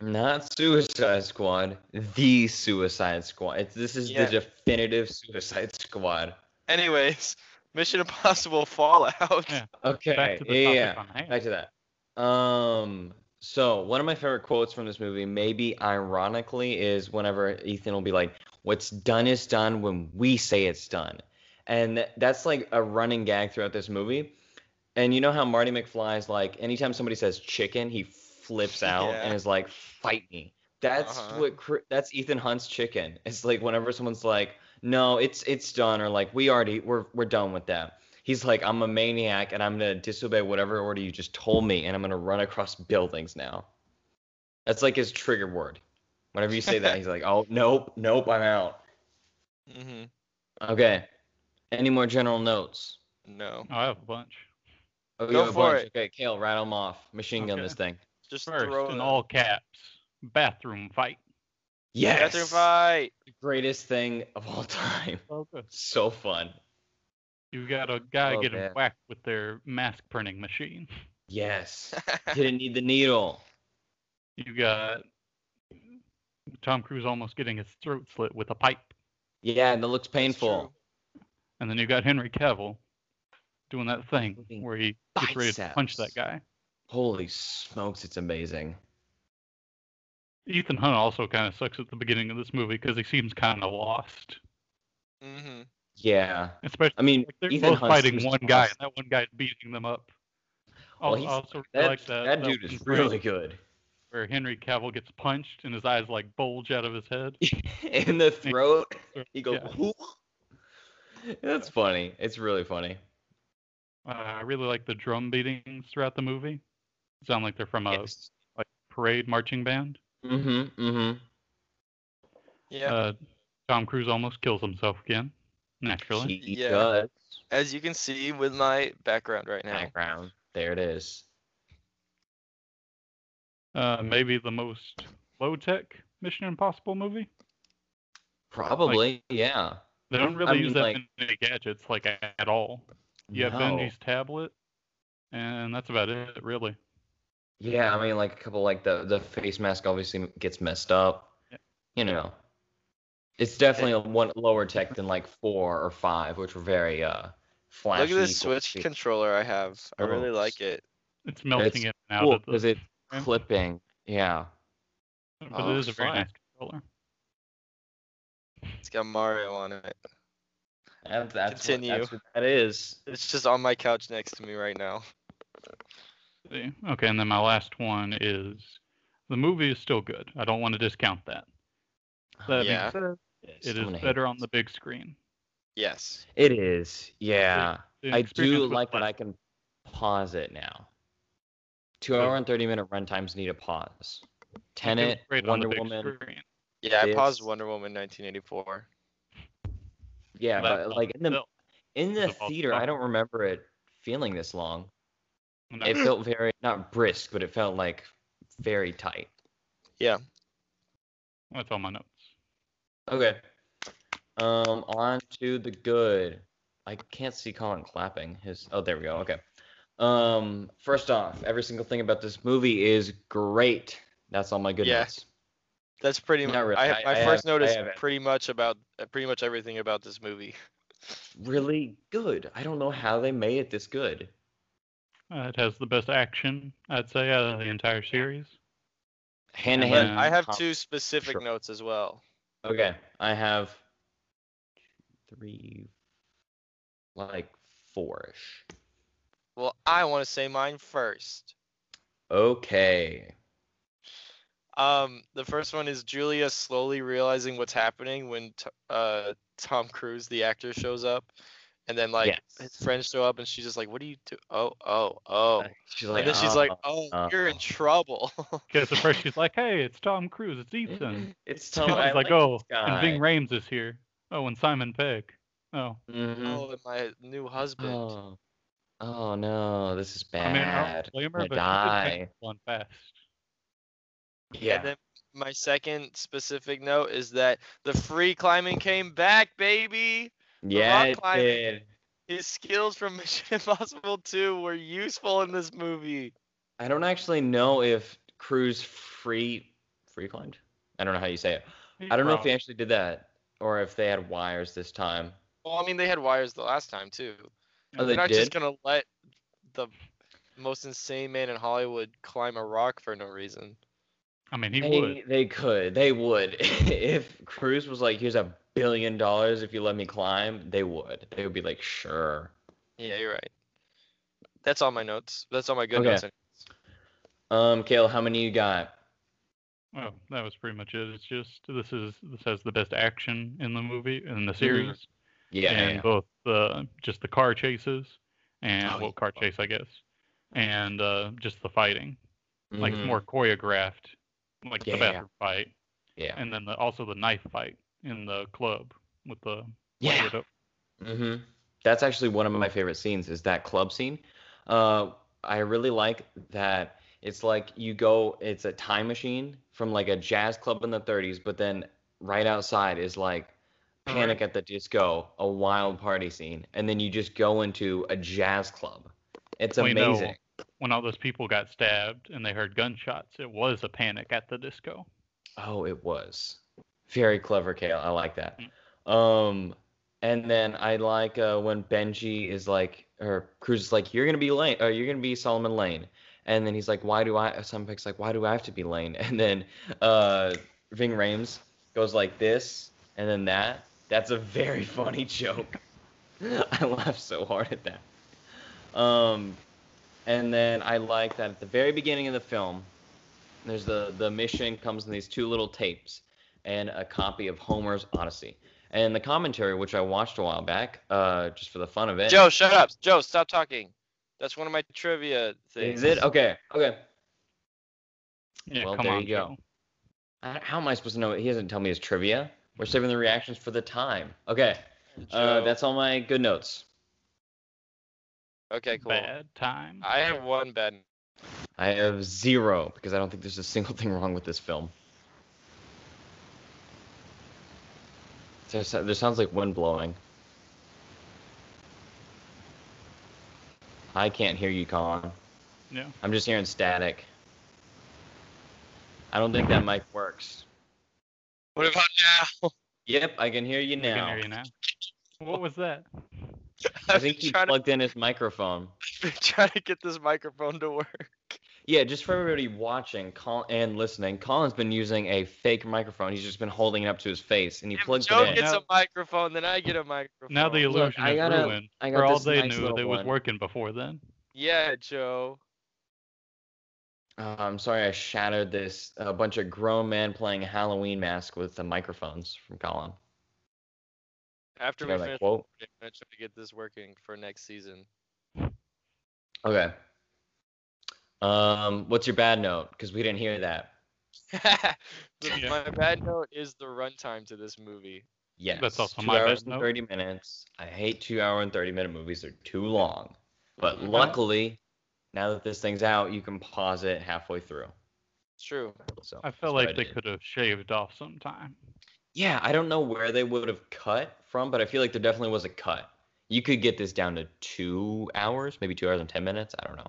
Speaker 1: Not Suicide Squad, the Suicide Squad. It's, this is
Speaker 2: Yeah.
Speaker 1: the definitive Suicide Squad.
Speaker 2: Anyways, Mission Impossible Fallout.
Speaker 3: Yeah.
Speaker 1: Okay.
Speaker 3: Back to the
Speaker 1: yeah,
Speaker 3: topic
Speaker 1: yeah.
Speaker 3: on hand.
Speaker 1: Back to that. Um. So one of my favorite quotes from this movie, maybe ironically, is whenever Ethan will be like, "What's done is done when we say it's done," and th- that's like a running gag throughout this movie. And you know how Marty McFly's like, anytime somebody says chicken, he flips out
Speaker 2: Yeah.
Speaker 1: and is like, "Fight me." That's
Speaker 2: Uh-huh.
Speaker 1: what cr- that's Ethan Hunt's chicken. It's like whenever someone's like, "No, it's it's done," or like, "We already we're we're done with that." he's like, I'm a maniac and I'm gonna disobey whatever order you just told me and I'm gonna run across buildings now. That's like his trigger word. Whenever you say that, he's like, Oh nope, nope, I'm out.
Speaker 2: hmm
Speaker 1: Okay. Any more general notes?
Speaker 2: No.
Speaker 3: Oh, I have a bunch.
Speaker 1: Oh, you
Speaker 2: Go
Speaker 1: have a
Speaker 2: for
Speaker 1: bunch.
Speaker 2: it.
Speaker 1: Okay, Kale, rattle them off. Machine gun
Speaker 3: Okay.
Speaker 1: this thing.
Speaker 2: Just
Speaker 3: First,
Speaker 2: throw
Speaker 3: in
Speaker 2: it.
Speaker 3: all caps, bathroom fight.
Speaker 1: Yes.
Speaker 2: Bathroom fight.
Speaker 1: The greatest thing of all time. So fun.
Speaker 3: You got a guy
Speaker 1: Oh,
Speaker 3: getting
Speaker 1: man.
Speaker 3: whacked with their mask printing machine.
Speaker 1: Yes. Didn't need the needle.
Speaker 3: You got Tom Cruise almost getting his throat slit with a pipe.
Speaker 1: Yeah, and that looks painful.
Speaker 3: And then you got Henry Cavill doing that thing
Speaker 1: Moving
Speaker 3: where he gets ready to punch
Speaker 1: biceps.
Speaker 3: that guy.
Speaker 1: Holy smokes, it's amazing.
Speaker 3: Ethan Hunt also kind of sucks at the beginning of this movie because he seems kind of lost.
Speaker 2: hmm
Speaker 1: Yeah.
Speaker 3: Especially
Speaker 1: I mean,
Speaker 3: like, they're
Speaker 1: Ethan
Speaker 3: both
Speaker 1: Hunt
Speaker 3: fighting
Speaker 1: seems
Speaker 3: one
Speaker 1: to
Speaker 3: guy,
Speaker 1: us-
Speaker 3: and that one guy's beating them up.
Speaker 1: Well,
Speaker 3: Al-
Speaker 1: he's-
Speaker 3: also really
Speaker 1: That,
Speaker 3: like that,
Speaker 1: that dude
Speaker 3: one
Speaker 1: is
Speaker 3: frame
Speaker 1: really good.
Speaker 3: Where Henry Cavill gets punched and his eyes like bulge out of his head.
Speaker 1: In the throat, he goes.
Speaker 3: Yeah.
Speaker 1: That's funny. It's really funny.
Speaker 3: Uh, I really like the drum beatings throughout the movie. Sound like they're from a
Speaker 1: Yes.
Speaker 3: parade marching band.
Speaker 1: Mm-hmm. Mm-hmm.
Speaker 2: Yeah.
Speaker 3: Uh, Tom Cruise almost kills himself again, naturally.
Speaker 1: He
Speaker 2: Yeah.
Speaker 1: does.
Speaker 2: As you can see with my background right now.
Speaker 1: Background. There it is.
Speaker 3: Uh, maybe the most low tech Mission Impossible movie.
Speaker 1: Probably. yeah.
Speaker 3: They don't really
Speaker 1: I mean,
Speaker 3: use that
Speaker 1: like-
Speaker 3: many gadgets like a- at all. You have
Speaker 1: No.
Speaker 3: Benji's tablet, and that's about it, really.
Speaker 1: Yeah, I mean, like a couple, like the the face mask obviously gets messed up.
Speaker 3: Yeah.
Speaker 1: You know, it's definitely a one lower tech than like four or five, which were very uh flashy.
Speaker 2: Look at this
Speaker 1: cool
Speaker 2: Switch
Speaker 1: features.
Speaker 2: controller I have. I really
Speaker 1: Oh.
Speaker 2: like it.
Speaker 3: It's melting
Speaker 1: It's
Speaker 3: in and out
Speaker 1: Cool,
Speaker 3: of the,
Speaker 1: because it's
Speaker 3: frame.
Speaker 1: clipping. Yeah.
Speaker 3: but
Speaker 1: oh,
Speaker 3: it is a very
Speaker 1: fine.
Speaker 3: nice controller.
Speaker 2: It's got Mario on it.
Speaker 1: That, that's,
Speaker 2: Continue.
Speaker 1: What, that's what that is.
Speaker 2: It's just on my couch next to me right now.
Speaker 3: See? Okay, and then my last one is the movie is still good. I don't want to discount that. That being
Speaker 2: Yeah.
Speaker 3: said,
Speaker 1: Still
Speaker 3: it is
Speaker 1: gonna hate
Speaker 3: better on the big screen.
Speaker 2: Yes.
Speaker 1: It is. Yeah.
Speaker 3: The
Speaker 1: I
Speaker 3: experience
Speaker 1: do
Speaker 3: was
Speaker 1: like that
Speaker 3: less-
Speaker 1: I can pause it now. Two hour and thirty minute runtimes need a pause.
Speaker 3: it was
Speaker 1: Tenet,
Speaker 3: great on
Speaker 1: Wonder
Speaker 3: the big
Speaker 1: Woman.
Speaker 3: screen.
Speaker 2: Yeah, I paused
Speaker 1: This-
Speaker 2: Wonder Woman 1984.
Speaker 1: Yeah,
Speaker 3: That
Speaker 1: but like in the
Speaker 3: felt-
Speaker 1: in the
Speaker 3: was all
Speaker 1: theater, I don't remember it feeling this long.
Speaker 3: when I-
Speaker 1: It felt very not brisk, but it felt like very tight.
Speaker 3: that's all my notes.
Speaker 1: Okay. Um, on to the good. I can't see Colin clapping. His oh, there we go. Okay. Um, first off, every single thing about this movie is great. That's all my good
Speaker 2: Yeah.
Speaker 1: notes.
Speaker 2: That's pretty much.
Speaker 1: Not really.
Speaker 2: I,
Speaker 1: I-
Speaker 2: my
Speaker 1: I have-
Speaker 2: first note
Speaker 1: I
Speaker 2: is
Speaker 1: have it.
Speaker 2: pretty much about uh, pretty much everything about this movie.
Speaker 1: Really good. I don't know how they made it this good.
Speaker 3: Uh, it has the best action, I'd say, out of the entire series.
Speaker 1: Hand to
Speaker 3: And
Speaker 1: hand.
Speaker 3: then
Speaker 2: I have
Speaker 1: combat.
Speaker 2: two specific
Speaker 1: Sure.
Speaker 2: notes as well.
Speaker 1: Okay, I have three, like four ish.
Speaker 2: Well, I want to say mine first.
Speaker 1: Okay.
Speaker 2: Um, the first one is Julia slowly realizing what's happening when t- uh Tom Cruise, the actor, shows up, and then like his
Speaker 1: Yes.
Speaker 2: friends show up, and she's just like, "What do you do? Oh, oh, oh!"
Speaker 1: She's
Speaker 2: and then she's like,
Speaker 1: "Oh,
Speaker 2: "Oh,
Speaker 1: uh,
Speaker 2: you're in trouble."
Speaker 3: Because at first she's like, "Hey, it's Tom Cruise, it's Ethan."
Speaker 1: it's
Speaker 3: She's
Speaker 1: Tom. I
Speaker 3: like,
Speaker 1: like
Speaker 3: "Oh,
Speaker 1: this
Speaker 3: and
Speaker 1: guy.
Speaker 3: Ving Rhames is here. Oh, and Simon Pegg. Oh,
Speaker 1: Mhm.
Speaker 2: oh, and my new husband.
Speaker 1: Oh. Oh, no, this is
Speaker 3: I mean, I
Speaker 1: bad.
Speaker 3: don't blame her,
Speaker 1: I'm
Speaker 3: but she
Speaker 1: gonna
Speaker 3: just
Speaker 1: die.
Speaker 3: makes one fast.
Speaker 1: Yeah.
Speaker 2: And then my second specific note is that the free climbing came back, baby.
Speaker 1: yeah,
Speaker 2: rock
Speaker 1: it
Speaker 2: climbing.
Speaker 1: did.
Speaker 2: His skills from Mission Impossible 2 were useful in this movie.
Speaker 1: I don't actually know if Cruz free free climbed. I don't know how you say it. I don't know if they actually did that or if they had wires this time.
Speaker 2: Well, I mean, they had wires the last time too.
Speaker 1: Oh, they
Speaker 2: They're not
Speaker 1: did.
Speaker 2: just gonna let the most insane man in Hollywood climb a rock for no reason.
Speaker 3: I mean, he
Speaker 1: They,
Speaker 3: would.
Speaker 1: they could. They would. if Cruz was like, here's a billion dollars if you let me climb, they would. They would be like, sure.
Speaker 2: Yeah, you're right. That's all my notes. That's all my good
Speaker 1: Okay.
Speaker 2: notes.
Speaker 1: Um, Kale, how many you got?
Speaker 3: Well, that was pretty much it. It's just this is this has the best action in the movie in the series,
Speaker 1: Mm-hmm. Yeah. yeah,
Speaker 3: and
Speaker 1: yeah.
Speaker 3: both the just the car chases and
Speaker 1: Oh,
Speaker 3: well, car chase, I guess, and uh, just the fighting. Like it's
Speaker 1: Mhm.
Speaker 3: more choreographed, like
Speaker 1: Yeah,
Speaker 3: the
Speaker 1: yeah, yeah.
Speaker 3: bathroom fight,
Speaker 1: Yeah.
Speaker 3: and then the, also the knife fight in the club with the
Speaker 1: Yeah.
Speaker 3: with the-
Speaker 1: hmm That's actually one of my favorite scenes is that club scene. Uh, I really like that. It's like you go, it's a time machine from like a jazz club in the 30s, but then right outside is like Panic at the Disco, a wild party scene, and then you just go into a jazz club. It's
Speaker 3: We know.
Speaker 1: amazing.
Speaker 3: when all those people got stabbed and they heard gunshots. It was a panic at the disco.
Speaker 1: Oh, it was very clever, Kale. I like that. Um, and then I like uh, when Benji is like, or Cruz is like, "You're gonna be Lane, or you're gonna be Solomon Lane," and then he's like, "Why do I?" Some picks like, "Why do I have to be Lane?" And then uh, Ving Rhames goes like this, and then that. That's a very funny joke. I laughed so hard at that. Um, and then I like that at the very beginning of the film, there's the the mission comes in these two little tapes and a copy of Homer's Odyssey. And the commentary, which I watched a while back, uh, just for the fun of it.
Speaker 2: Joe, shut up. Joe, stop talking. That's one of my trivia
Speaker 1: is
Speaker 2: things.
Speaker 1: it okay? Okay.
Speaker 3: Yeah,
Speaker 1: Well,
Speaker 3: come
Speaker 1: there
Speaker 3: on,
Speaker 1: you go.
Speaker 3: Joe.
Speaker 1: I- How am I supposed to know? He doesn't tell me his trivia. We're saving the reactions for the time. Okay. Uh,
Speaker 2: Joe.
Speaker 1: that's all my good notes.
Speaker 2: okay. Cool.
Speaker 3: Bad time.
Speaker 1: Uh,
Speaker 2: I have one bad.
Speaker 1: I have zero because I don't think there's a single thing wrong with this film. There, so- there sounds like wind blowing. I can't hear you, Colin.
Speaker 3: Yeah.
Speaker 1: I'm just hearing static. I don't think that mic works.
Speaker 2: What about now?
Speaker 1: Yep, I can hear you
Speaker 3: I
Speaker 1: now.
Speaker 3: can hear you now. What was that?
Speaker 1: I
Speaker 2: I've
Speaker 1: think
Speaker 2: been
Speaker 1: he
Speaker 2: trying to-
Speaker 1: plugged in his microphone.
Speaker 2: been trying to get this microphone to work.
Speaker 1: Yeah, just for everybody watching call and listening, Colin's been using a fake microphone. He's just been holding it up to his face, and he
Speaker 2: If
Speaker 1: plugs
Speaker 2: Joe
Speaker 1: it in.
Speaker 2: gets
Speaker 3: Now-
Speaker 2: a microphone, then I get a microphone.
Speaker 3: Now the
Speaker 1: Look,
Speaker 3: illusion
Speaker 1: I
Speaker 3: is
Speaker 1: gotta-
Speaker 3: ruined.
Speaker 1: I got
Speaker 3: For all
Speaker 1: this
Speaker 3: they
Speaker 1: nice
Speaker 3: knew,
Speaker 1: little
Speaker 3: it was
Speaker 1: one.
Speaker 3: working before then.
Speaker 2: yeah, Joe.
Speaker 1: Uh, I'm sorry, I shattered this. A bunch of grown men playing a Halloween mask with the microphones from Colin.
Speaker 2: After
Speaker 1: You
Speaker 2: we
Speaker 1: know that
Speaker 2: finish,
Speaker 1: quote?
Speaker 2: I'm gonna try to get this working for next season.
Speaker 1: Okay. Um, what's your bad note? Because we didn't hear that.
Speaker 2: The-
Speaker 3: Yeah.
Speaker 2: My bad note is the runtime to this movie.
Speaker 1: Yes.
Speaker 3: also
Speaker 1: two
Speaker 3: my bad
Speaker 1: hours and
Speaker 3: note.
Speaker 1: thirty minutes. I hate two hour and thirty minute movies. They're too long. But
Speaker 3: Uh-huh.
Speaker 1: luckily, now that this thing's out, you can pause it halfway through.
Speaker 2: It's true.
Speaker 1: So
Speaker 3: I
Speaker 1: that's
Speaker 3: felt
Speaker 1: what
Speaker 3: like they
Speaker 1: did.
Speaker 3: could have shaved off some time.
Speaker 1: Yeah, I don't know where they would have cut from, but I feel like there definitely was a cut. You could get this down to two hours, maybe two hours and 10 minutes. I don't know.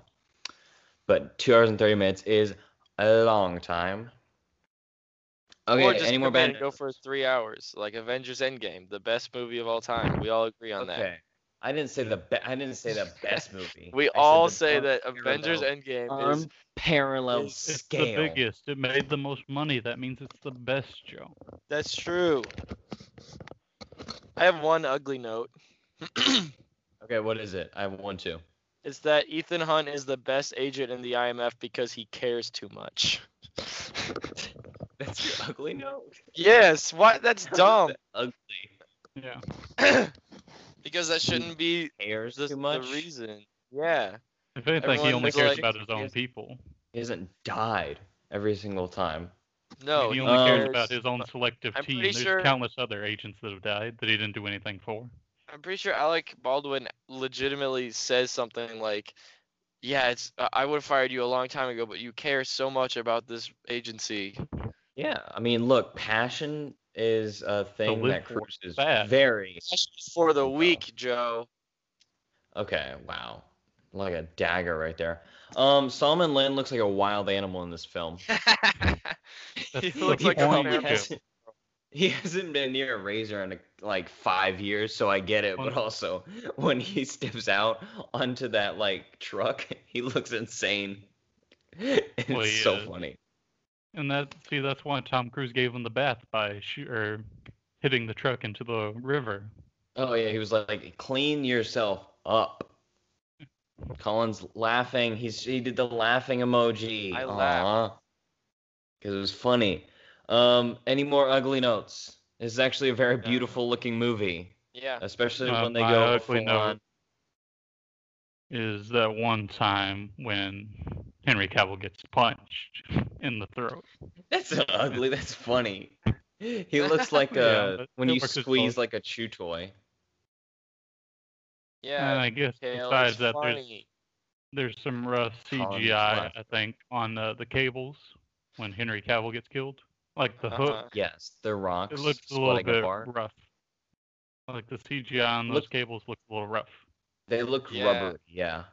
Speaker 1: But two hours and 30 minutes is a long time.
Speaker 2: or
Speaker 1: Okay,
Speaker 2: just
Speaker 1: any more
Speaker 2: come in
Speaker 1: bad
Speaker 2: and Go for three hours, like Avengers Endgame, the best movie of all time. We all agree on that.
Speaker 1: Okay. I didn't say the be- I didn't say the best movie.
Speaker 2: We
Speaker 1: I said
Speaker 2: all
Speaker 1: the
Speaker 2: say that
Speaker 1: unparalleled-
Speaker 2: Avengers Endgame
Speaker 1: Um,
Speaker 2: is
Speaker 1: unparalleled
Speaker 2: is-
Speaker 3: It's
Speaker 1: scale.
Speaker 3: the biggest. It made the most money. That means it's the best show.
Speaker 2: That's true. I have one ugly note.
Speaker 1: Okay, what is it? I have one too.
Speaker 2: It's that Ethan Hunt is the best agent in the IMF because he cares too much.
Speaker 1: That's your ugly note.
Speaker 2: Yes, why? That's dumb.
Speaker 1: Ugly
Speaker 3: Yeah.
Speaker 2: because that shouldn't be
Speaker 1: cares
Speaker 2: the,
Speaker 1: too
Speaker 2: the
Speaker 1: much.
Speaker 2: reason. Yeah.
Speaker 3: If anything,
Speaker 2: Everyone
Speaker 3: he only
Speaker 2: was
Speaker 3: cares
Speaker 2: like-
Speaker 3: about his own people.
Speaker 1: He hasn't died every single time.
Speaker 2: No.
Speaker 3: he only cares
Speaker 1: um,
Speaker 3: about his own selective
Speaker 2: I'm
Speaker 3: team.
Speaker 2: pretty
Speaker 3: There's
Speaker 2: sure-
Speaker 3: countless other agents that have died that he didn't do anything for.
Speaker 2: I'm pretty sure Alec Baldwin legitimately says something like, "Yeah, it's I- I would have fired you a long time ago, but you care so much about this agency."
Speaker 1: Yeah, I mean, look, passion is a thing
Speaker 3: live
Speaker 1: that
Speaker 3: for
Speaker 1: Cruz is
Speaker 3: bad.
Speaker 1: very
Speaker 2: For the
Speaker 1: Wow.
Speaker 2: week, Joe.
Speaker 1: okay. Wow, like a dagger right there. Um, Solomon Lynn looks like a wild animal in this film.
Speaker 2: he
Speaker 3: That's the
Speaker 2: looks like a
Speaker 3: point,
Speaker 2: feral-
Speaker 3: Joe.
Speaker 1: hasn't- he hasn't been near a razor in like five years, so I get it. But
Speaker 3: Well-
Speaker 1: also, when he steps out onto that like truck, he looks insane. it's
Speaker 3: Well,
Speaker 1: so
Speaker 3: yeah.
Speaker 1: funny.
Speaker 3: And that see, that's why Tom Cruise gave him the bath by shoo- or hitting the truck into the river.
Speaker 1: Oh yeah, he was like, like, "Clean yourself up." Colin's laughing. He's he did the laughing emoji.
Speaker 2: I laughed.
Speaker 1: because it was funny. Um, any more ugly notes? This is actually a very beautiful looking movie,
Speaker 2: Yeah.
Speaker 1: especially
Speaker 3: Uh,
Speaker 1: when they
Speaker 3: my
Speaker 1: go
Speaker 3: ugly
Speaker 1: full
Speaker 3: note.
Speaker 1: on.
Speaker 3: Is that one time when Henry Cavill gets punched in the throat?
Speaker 1: That's not ugly. That's funny. He looks like
Speaker 3: Yeah,
Speaker 1: a
Speaker 3: but
Speaker 1: when you
Speaker 3: Spielberg is
Speaker 1: squeeze
Speaker 3: both-
Speaker 1: like a chew toy.
Speaker 3: and
Speaker 2: Yeah.
Speaker 3: I guess
Speaker 2: Kale,
Speaker 3: besides
Speaker 2: it's
Speaker 3: Uh, that, there's
Speaker 2: funny.
Speaker 3: there's some rough
Speaker 1: Colin
Speaker 3: CGI,
Speaker 1: Flatt.
Speaker 3: I think, on uh, the cables when Henry Cavill gets killed. Like the
Speaker 2: Uh-huh.
Speaker 3: hook,
Speaker 1: Yes, the rocks.
Speaker 3: it looks a little
Speaker 1: splitting
Speaker 3: bit
Speaker 1: apart.
Speaker 3: rough. Like the CGI on those
Speaker 1: Look-
Speaker 3: cables looks a little rough.
Speaker 1: They look
Speaker 2: Yeah.
Speaker 1: rubbery, yeah.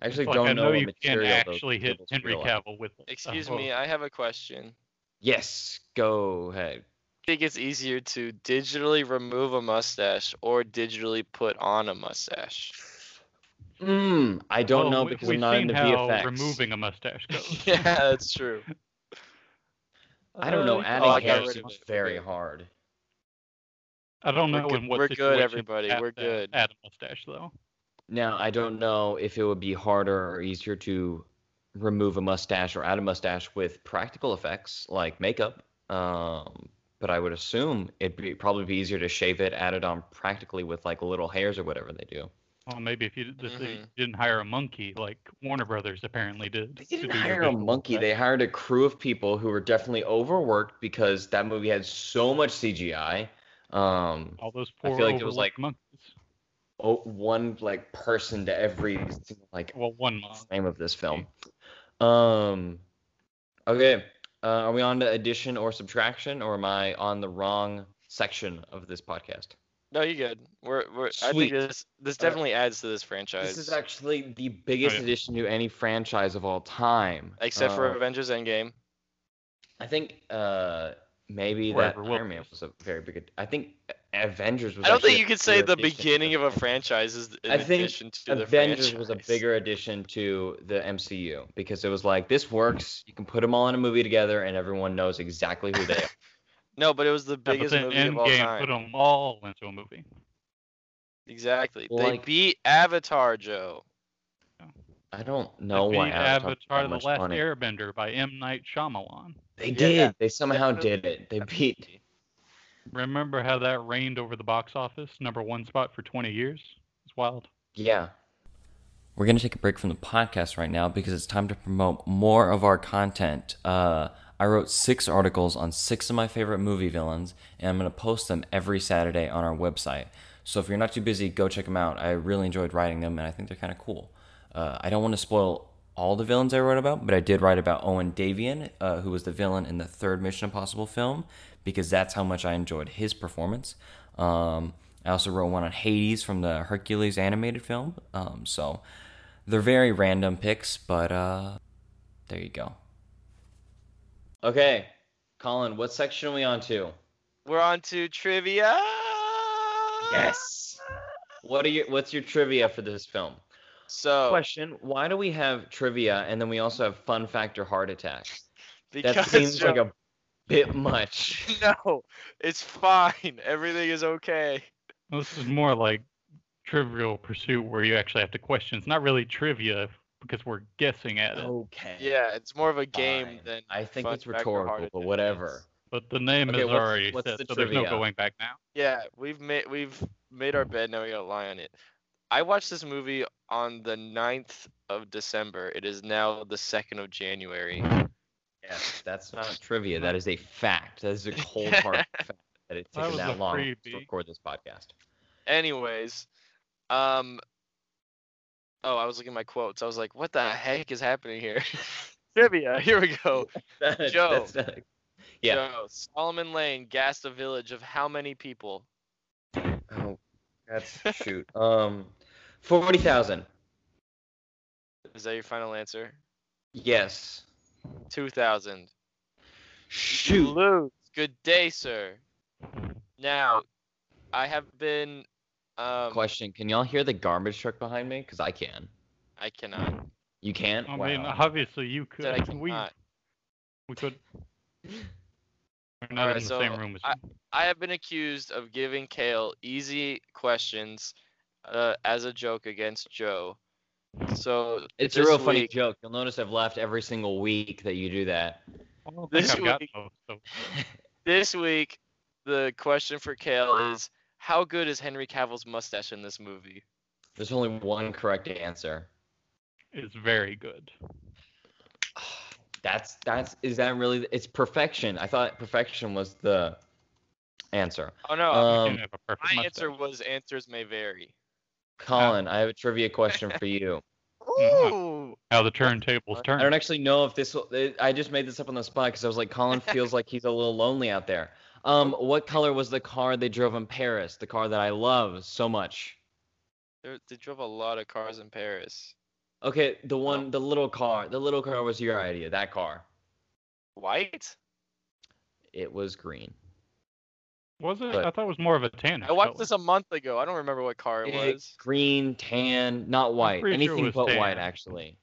Speaker 1: I actually
Speaker 3: Like,
Speaker 1: don't
Speaker 3: I know
Speaker 1: what
Speaker 3: you can't
Speaker 1: material those
Speaker 3: actually hit
Speaker 1: cables
Speaker 3: Henry
Speaker 1: feel like.
Speaker 3: Cavill with. Uh, a
Speaker 2: Excuse
Speaker 3: hook.
Speaker 2: me, I have a question.
Speaker 1: Yes, go ahead.
Speaker 2: Do you think it's easier to digitally remove a mustache or digitally put on a mustache?
Speaker 1: Mm, I don't
Speaker 3: Well,
Speaker 1: know
Speaker 3: we-
Speaker 1: because
Speaker 3: we've
Speaker 1: I'm not
Speaker 3: seen
Speaker 1: into
Speaker 3: how
Speaker 1: VFX.
Speaker 3: removing a mustache goes.
Speaker 2: yeah, that's true.
Speaker 1: I don't know.
Speaker 3: Uh,
Speaker 1: Adding
Speaker 2: Oh, I got
Speaker 1: hair
Speaker 2: rid of
Speaker 1: seems
Speaker 2: it. We're
Speaker 1: very
Speaker 2: good.
Speaker 1: hard.
Speaker 3: I don't
Speaker 2: We're
Speaker 3: know.
Speaker 2: good-
Speaker 3: in what
Speaker 2: we're good,
Speaker 3: situation
Speaker 2: everybody,
Speaker 3: you have
Speaker 2: we're
Speaker 3: to
Speaker 2: good.
Speaker 3: Add a mustache though.
Speaker 1: Now I don't know if it would be harder or easier to remove a mustache or add a mustache with practical effects like makeup. Um, but I would assume it'd be probably be easier to shave it, add it on practically with like little hairs or whatever they do.
Speaker 3: Well, maybe if you did- if you
Speaker 2: Mhm.
Speaker 3: didn't hire a monkey like Warner Brothers apparently did.
Speaker 1: Mm-hmm. They
Speaker 3: to
Speaker 1: didn't
Speaker 3: do your
Speaker 1: hire a
Speaker 3: visual
Speaker 1: monkey.
Speaker 3: effects.
Speaker 1: They hired a crew of people who were definitely overworked because that movie had so much CGI. Um,
Speaker 3: all those
Speaker 1: I
Speaker 3: poor
Speaker 1: feel like it was,
Speaker 3: overworked
Speaker 1: like-
Speaker 3: monkeys.
Speaker 1: o- one like person to every single, like
Speaker 3: Well, one month.
Speaker 1: frame of this film. Um, okay, uh, are we on to addition or subtraction, or am I on the wrong section of this podcast?
Speaker 2: No, you're good. We're, we're I
Speaker 1: Sweet.
Speaker 2: think this this
Speaker 1: All right.
Speaker 2: definitely adds to this franchise.
Speaker 1: This is actually the biggest
Speaker 3: yeah.
Speaker 1: addition to any franchise of all time,
Speaker 2: except for
Speaker 1: Uh,
Speaker 2: Avengers Endgame.
Speaker 1: I think uh, maybe
Speaker 3: Wherever
Speaker 1: that
Speaker 3: Will
Speaker 1: Iron Man was a very big. I think Avengers was.
Speaker 2: I don't
Speaker 1: actually
Speaker 2: think
Speaker 1: a
Speaker 2: you could say
Speaker 1: bigger
Speaker 2: the
Speaker 1: addition.
Speaker 2: beginning of a franchise is in
Speaker 1: I think
Speaker 2: addition to the
Speaker 1: Avengers was a
Speaker 2: franchise.
Speaker 1: bigger addition to the MCU because it was like this works. You can put them all in a movie together, and everyone knows exactly who they are.
Speaker 2: No, but it was the
Speaker 3: Yeah,
Speaker 2: biggest
Speaker 3: but
Speaker 2: movie
Speaker 3: then
Speaker 2: of all
Speaker 3: Endgame put
Speaker 2: time.
Speaker 3: them all into a movie.
Speaker 2: Exactly.
Speaker 1: Well,
Speaker 2: they
Speaker 1: like-
Speaker 2: beat Avatar, Joe.
Speaker 1: I don't know
Speaker 3: They
Speaker 1: why
Speaker 3: beat
Speaker 1: Avatar, got
Speaker 3: Avatar
Speaker 1: that
Speaker 3: the
Speaker 1: much
Speaker 3: Last
Speaker 1: money.
Speaker 3: Airbender by M. Night Shyamalan.
Speaker 1: They
Speaker 2: Yeah,
Speaker 1: did.
Speaker 2: that-
Speaker 1: they somehow
Speaker 2: that-
Speaker 1: did it. They beat.
Speaker 3: Remember how that reigned over the box office, number one spot for 20 years? It's wild.
Speaker 1: Yeah.
Speaker 8: We're going to take a break from the podcast right now because it's time to promote more of our content. Uh, I wrote six articles on six of my favorite movie villains, and I'm going to post them every Saturday on our website. So if you're not too busy, go check them out. I really enjoyed writing them, and I think they're kind of cool. Uh, I don't want to spoil all the villains I wrote about, but I did write about Owen Davian, uh, who was the villain in the third Mission Impossible film, because that's how much I enjoyed his performance. Um, I also wrote one on Hades from the Hercules animated film. Um, so they're very random picks, but uh, there you go.
Speaker 1: Okay, Colin, what section are we on to?
Speaker 2: We're on to trivia.
Speaker 1: Yes. What are your What's your trivia for this film?
Speaker 2: So
Speaker 1: Question: Why do we have trivia and then we also have fun factor heart attack?
Speaker 2: because
Speaker 1: That seems
Speaker 2: Joe,
Speaker 1: like a bit much.
Speaker 2: no, it's fine. Everything is okay.
Speaker 3: Well, this is more like Trivial Pursuit, where you actually have to question. It's not really trivia because we're guessing at it.
Speaker 1: Okay.
Speaker 2: Yeah, it's more of a game
Speaker 1: Fine.
Speaker 2: than.
Speaker 1: I think
Speaker 2: fun
Speaker 1: it's
Speaker 2: fact or hard
Speaker 1: rhetorical, but
Speaker 2: attack.
Speaker 1: whatever.
Speaker 3: But the name
Speaker 1: Okay,
Speaker 3: is
Speaker 1: what's-
Speaker 3: already
Speaker 1: what's
Speaker 3: set,
Speaker 1: the
Speaker 3: so there's no
Speaker 1: trivia?
Speaker 3: going back now.
Speaker 2: Yeah, we've made we've made our bed. Now we gotta lie on it. I watched this movie on the 9th of December. It is now the second of January.
Speaker 1: Yes, that's not trivia. That is a fact. That is a cold hard fact that it's
Speaker 3: That
Speaker 1: taken
Speaker 3: was
Speaker 1: that,
Speaker 3: a
Speaker 1: long
Speaker 3: freebie.
Speaker 1: to record this podcast.
Speaker 2: Anyways, um, oh, I was looking at my quotes. I was like, what the heck is happening here? Trivia. Here we go.
Speaker 1: That-
Speaker 2: Joe.
Speaker 1: that's not- yeah.
Speaker 2: So, Solomon Lane gassed a village of how many people?
Speaker 1: Oh, that's shoot. Um, forty thousand.
Speaker 2: Is that your final answer?
Speaker 1: Yes.
Speaker 2: Two thousand.
Speaker 1: Shoot.
Speaker 2: lose. Good day, sir. Now, I have been. Um,
Speaker 1: Question: Can y'all hear the garbage truck behind me? Cause I can.
Speaker 2: I cannot.
Speaker 1: You can.
Speaker 3: I
Speaker 1: wow.
Speaker 3: mean, obviously you could.
Speaker 2: Said I
Speaker 3: we
Speaker 2: cannot.
Speaker 3: we could. We're not
Speaker 2: Alright,
Speaker 3: in the
Speaker 2: so
Speaker 3: same room as you.
Speaker 2: I have been accused of giving Kale easy questions uh, as a joke against Joe. So
Speaker 1: it's a
Speaker 2: this
Speaker 1: real funny
Speaker 2: week-
Speaker 1: joke. You'll notice I've laughed every single week that you do that.
Speaker 3: I don't
Speaker 2: this
Speaker 3: think I've got
Speaker 2: week-
Speaker 3: those, so
Speaker 2: This week, the question for Kale is how good is Henry Cavill's mustache in this movie?
Speaker 1: There's only one correct answer.
Speaker 3: it's very good.
Speaker 1: That's that's is that really it's perfection. I thought perfection was the answer.
Speaker 2: Oh no,
Speaker 3: You
Speaker 1: Um,
Speaker 3: can have a perfect
Speaker 2: my
Speaker 3: mustache.
Speaker 2: answer was answers may vary.
Speaker 1: Colin, I have a trivia question for you.
Speaker 3: Mhm.
Speaker 2: Ooh.
Speaker 3: How the turntables turn.
Speaker 1: I don't actually know if this will, it- I just made this up on the spot because I was like, Colin feels like he's a little lonely out there. Um, what color was the car they drove in Paris? The car that I love so much.
Speaker 2: There, they drove a lot of cars in Paris.
Speaker 1: Okay, the one, the little car. The little car was your idea. That car.
Speaker 2: White?
Speaker 1: It was green.
Speaker 3: was it?
Speaker 1: but-
Speaker 3: I thought it was more of a tan.
Speaker 2: I watched this a month ago. I don't remember what car it
Speaker 1: It-
Speaker 2: was.
Speaker 1: green, tan, not white.
Speaker 3: pretty sure it
Speaker 1: Anything
Speaker 3: was
Speaker 1: but white,
Speaker 3: tan.
Speaker 1: actually.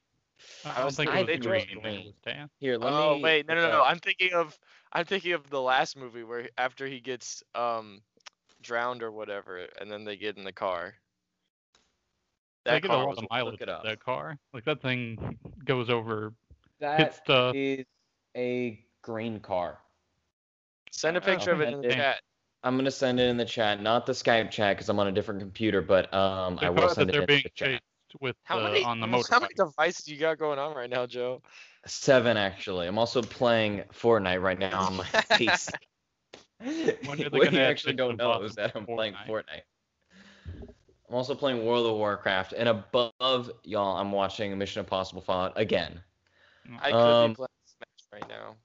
Speaker 3: I don't
Speaker 2: was-
Speaker 3: think
Speaker 1: I-
Speaker 3: it
Speaker 1: they
Speaker 3: was
Speaker 1: drove
Speaker 3: green.
Speaker 1: green.
Speaker 3: It was tan.
Speaker 1: Here, let
Speaker 2: oh
Speaker 1: me.
Speaker 2: wait, no, no,
Speaker 1: uh,
Speaker 2: no. I'm thinking of I'm thinking of the last movie where he- after he gets um drowned or whatever, and then they get in the car.
Speaker 3: They
Speaker 2: That
Speaker 3: get a
Speaker 2: car
Speaker 3: lot
Speaker 2: was
Speaker 3: of mileage
Speaker 1: look it
Speaker 3: out
Speaker 1: up.
Speaker 3: of that car. Like that thing goes over pit
Speaker 1: That
Speaker 3: stuff.
Speaker 1: is a green car.
Speaker 2: Send a
Speaker 3: Oh,
Speaker 2: picture of it
Speaker 1: okay.
Speaker 2: in the chat.
Speaker 1: I'm gonna send it in the chat, not the Skype chat, because I'm on a different computer. But um, I
Speaker 3: The
Speaker 1: will
Speaker 3: car
Speaker 1: send
Speaker 3: that
Speaker 1: it in
Speaker 3: they're being
Speaker 1: the chat.
Speaker 3: chased with
Speaker 2: How
Speaker 3: uh,
Speaker 2: many
Speaker 3: on the
Speaker 2: how many
Speaker 3: motorbike.
Speaker 2: devices you got going on right now, Joe?
Speaker 1: Seven, actually. I'm also playing Fortnite right now on my PC.
Speaker 3: When are they
Speaker 1: what
Speaker 3: gonna
Speaker 1: you
Speaker 3: add
Speaker 1: actually
Speaker 3: Jason
Speaker 1: don't know
Speaker 3: Bottom
Speaker 1: is that I'm
Speaker 3: to
Speaker 1: playing
Speaker 3: Fortnite?
Speaker 1: Fortnite. I'm also playing World of Warcraft, and above y'all, I'm watching Mission Impossible Fallout again.
Speaker 2: I could
Speaker 1: Um,
Speaker 2: be playing Smash right now.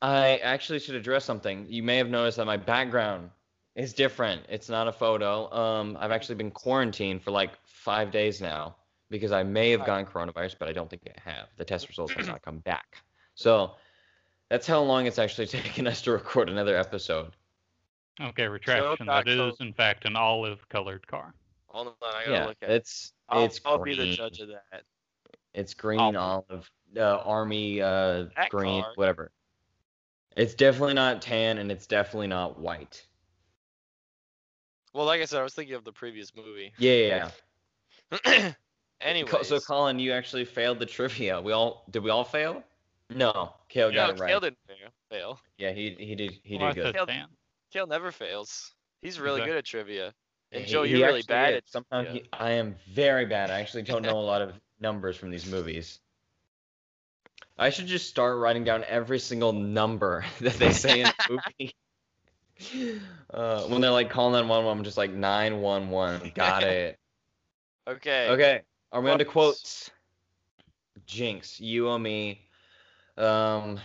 Speaker 1: I actually should address something. You may have noticed that my background is different. It's not a photo. Um, I've actually been quarantined for like five days now because I may have gotten coronavirus, but I don't think I have. The test results have not come back. So That's how long it's actually taken us to record another episode.
Speaker 3: Okay, retraction. That
Speaker 2: Taco.
Speaker 3: is, in fact, an olive-colored car.
Speaker 2: Hold on, I gotta
Speaker 1: Yeah,
Speaker 2: look at it.
Speaker 1: it's
Speaker 2: I'll,
Speaker 1: it's
Speaker 2: I'll be
Speaker 1: green.
Speaker 2: the judge of that.
Speaker 1: It's green
Speaker 3: Olive.
Speaker 1: olive, uh, army uh,
Speaker 2: That
Speaker 1: green,
Speaker 2: car.
Speaker 1: whatever. It's definitely not tan, and it's definitely not white.
Speaker 2: Well, like I said, I was thinking of the previous movie.
Speaker 1: Yeah, yeah. yeah. Co-
Speaker 2: Anyways,
Speaker 1: so Colin, you actually failed the trivia. We all did. We all fail? No, Kale
Speaker 2: no,
Speaker 1: got it right.
Speaker 2: Kale didn't fail. fail.
Speaker 1: Yeah, he he did he
Speaker 3: Well, I
Speaker 1: did good.
Speaker 3: said Dan.
Speaker 2: Kale never fails. He's really
Speaker 3: Exactly.
Speaker 2: good at trivia. And
Speaker 1: He-
Speaker 2: Joe,
Speaker 1: he
Speaker 2: you're really
Speaker 1: actually
Speaker 2: bad
Speaker 1: is.
Speaker 2: at
Speaker 1: Sometimes
Speaker 2: trivia.
Speaker 1: he- I am very bad. I actually don't know a lot of numbers from these movies. I should just start writing down every single number that they say in the movie. Uh, when they're like calling on one, I'm just like nine one one. Got it.
Speaker 2: Okay.
Speaker 1: Okay, are we on to
Speaker 2: Quotes.
Speaker 1: quotes? Jinx, you owe me, um,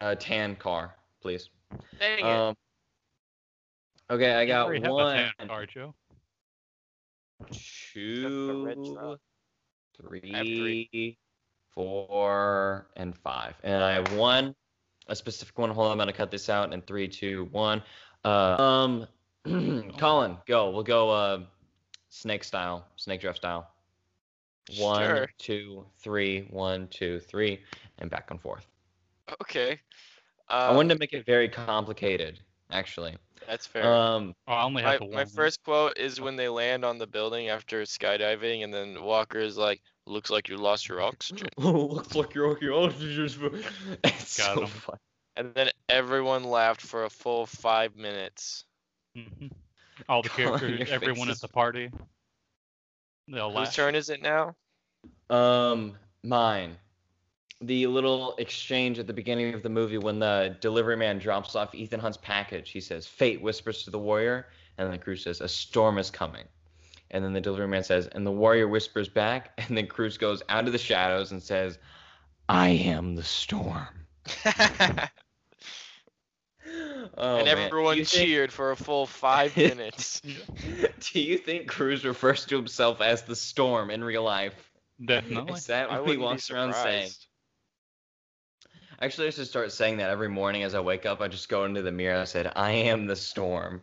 Speaker 1: a tan car, please.
Speaker 2: Dang it.
Speaker 1: Um, okay, I
Speaker 3: You
Speaker 1: got
Speaker 3: already have a
Speaker 1: one,
Speaker 3: tan car, Joe.
Speaker 2: red
Speaker 1: two,
Speaker 2: truck. I have three.
Speaker 1: three, four, and five. And I have one, a specific one. Hold on, I'm gonna cut this out. And three, two, one. Uh, um, Colin, go. We'll go. Uh, snake style, snake draft style. One,
Speaker 2: Sure.
Speaker 1: two, three, one, two, three, and back and forth.
Speaker 2: Okay. Uh,
Speaker 1: I wanted to make it very complicated, actually.
Speaker 2: that's fair.
Speaker 1: Um,
Speaker 3: Oh, I only
Speaker 2: my,
Speaker 3: have the one.
Speaker 2: my first quote is when they land on the building after skydiving, and then Walker is like, "Looks like you lost your oxygen,"
Speaker 1: looks like your archaeologist. It's
Speaker 3: Got
Speaker 1: so
Speaker 3: him.
Speaker 1: fun.
Speaker 2: and then everyone laughed for a full five minutes.
Speaker 3: Mhm. All the
Speaker 1: Colin,
Speaker 3: characters,
Speaker 1: your face
Speaker 3: everyone at
Speaker 1: is-
Speaker 3: the party. They'll
Speaker 2: Whose
Speaker 3: laugh.
Speaker 2: turn is it now?
Speaker 1: Um, mine. The little exchange at the beginning of the movie when the delivery man drops off Ethan Hunt's package. He says, "Fate whispers to the warrior," and then Cruz says, "A storm is coming." And then the delivery man says, and the warrior whispers back, and then Cruz goes out of the shadows and says, "I am the storm." Oh,
Speaker 2: and
Speaker 1: man.
Speaker 2: everyone
Speaker 1: Do you think-
Speaker 2: cheered for a full five minutes.
Speaker 1: Do you think Cruz refers to himself as the storm in real life?
Speaker 3: Definitely.
Speaker 1: Is that
Speaker 2: I
Speaker 1: what he
Speaker 2: wouldn't be
Speaker 1: walks around saying?
Speaker 2: surprised.
Speaker 1: Actually, I should start saying that every morning as I wake up. I just go into the mirror. I said, "I am the storm."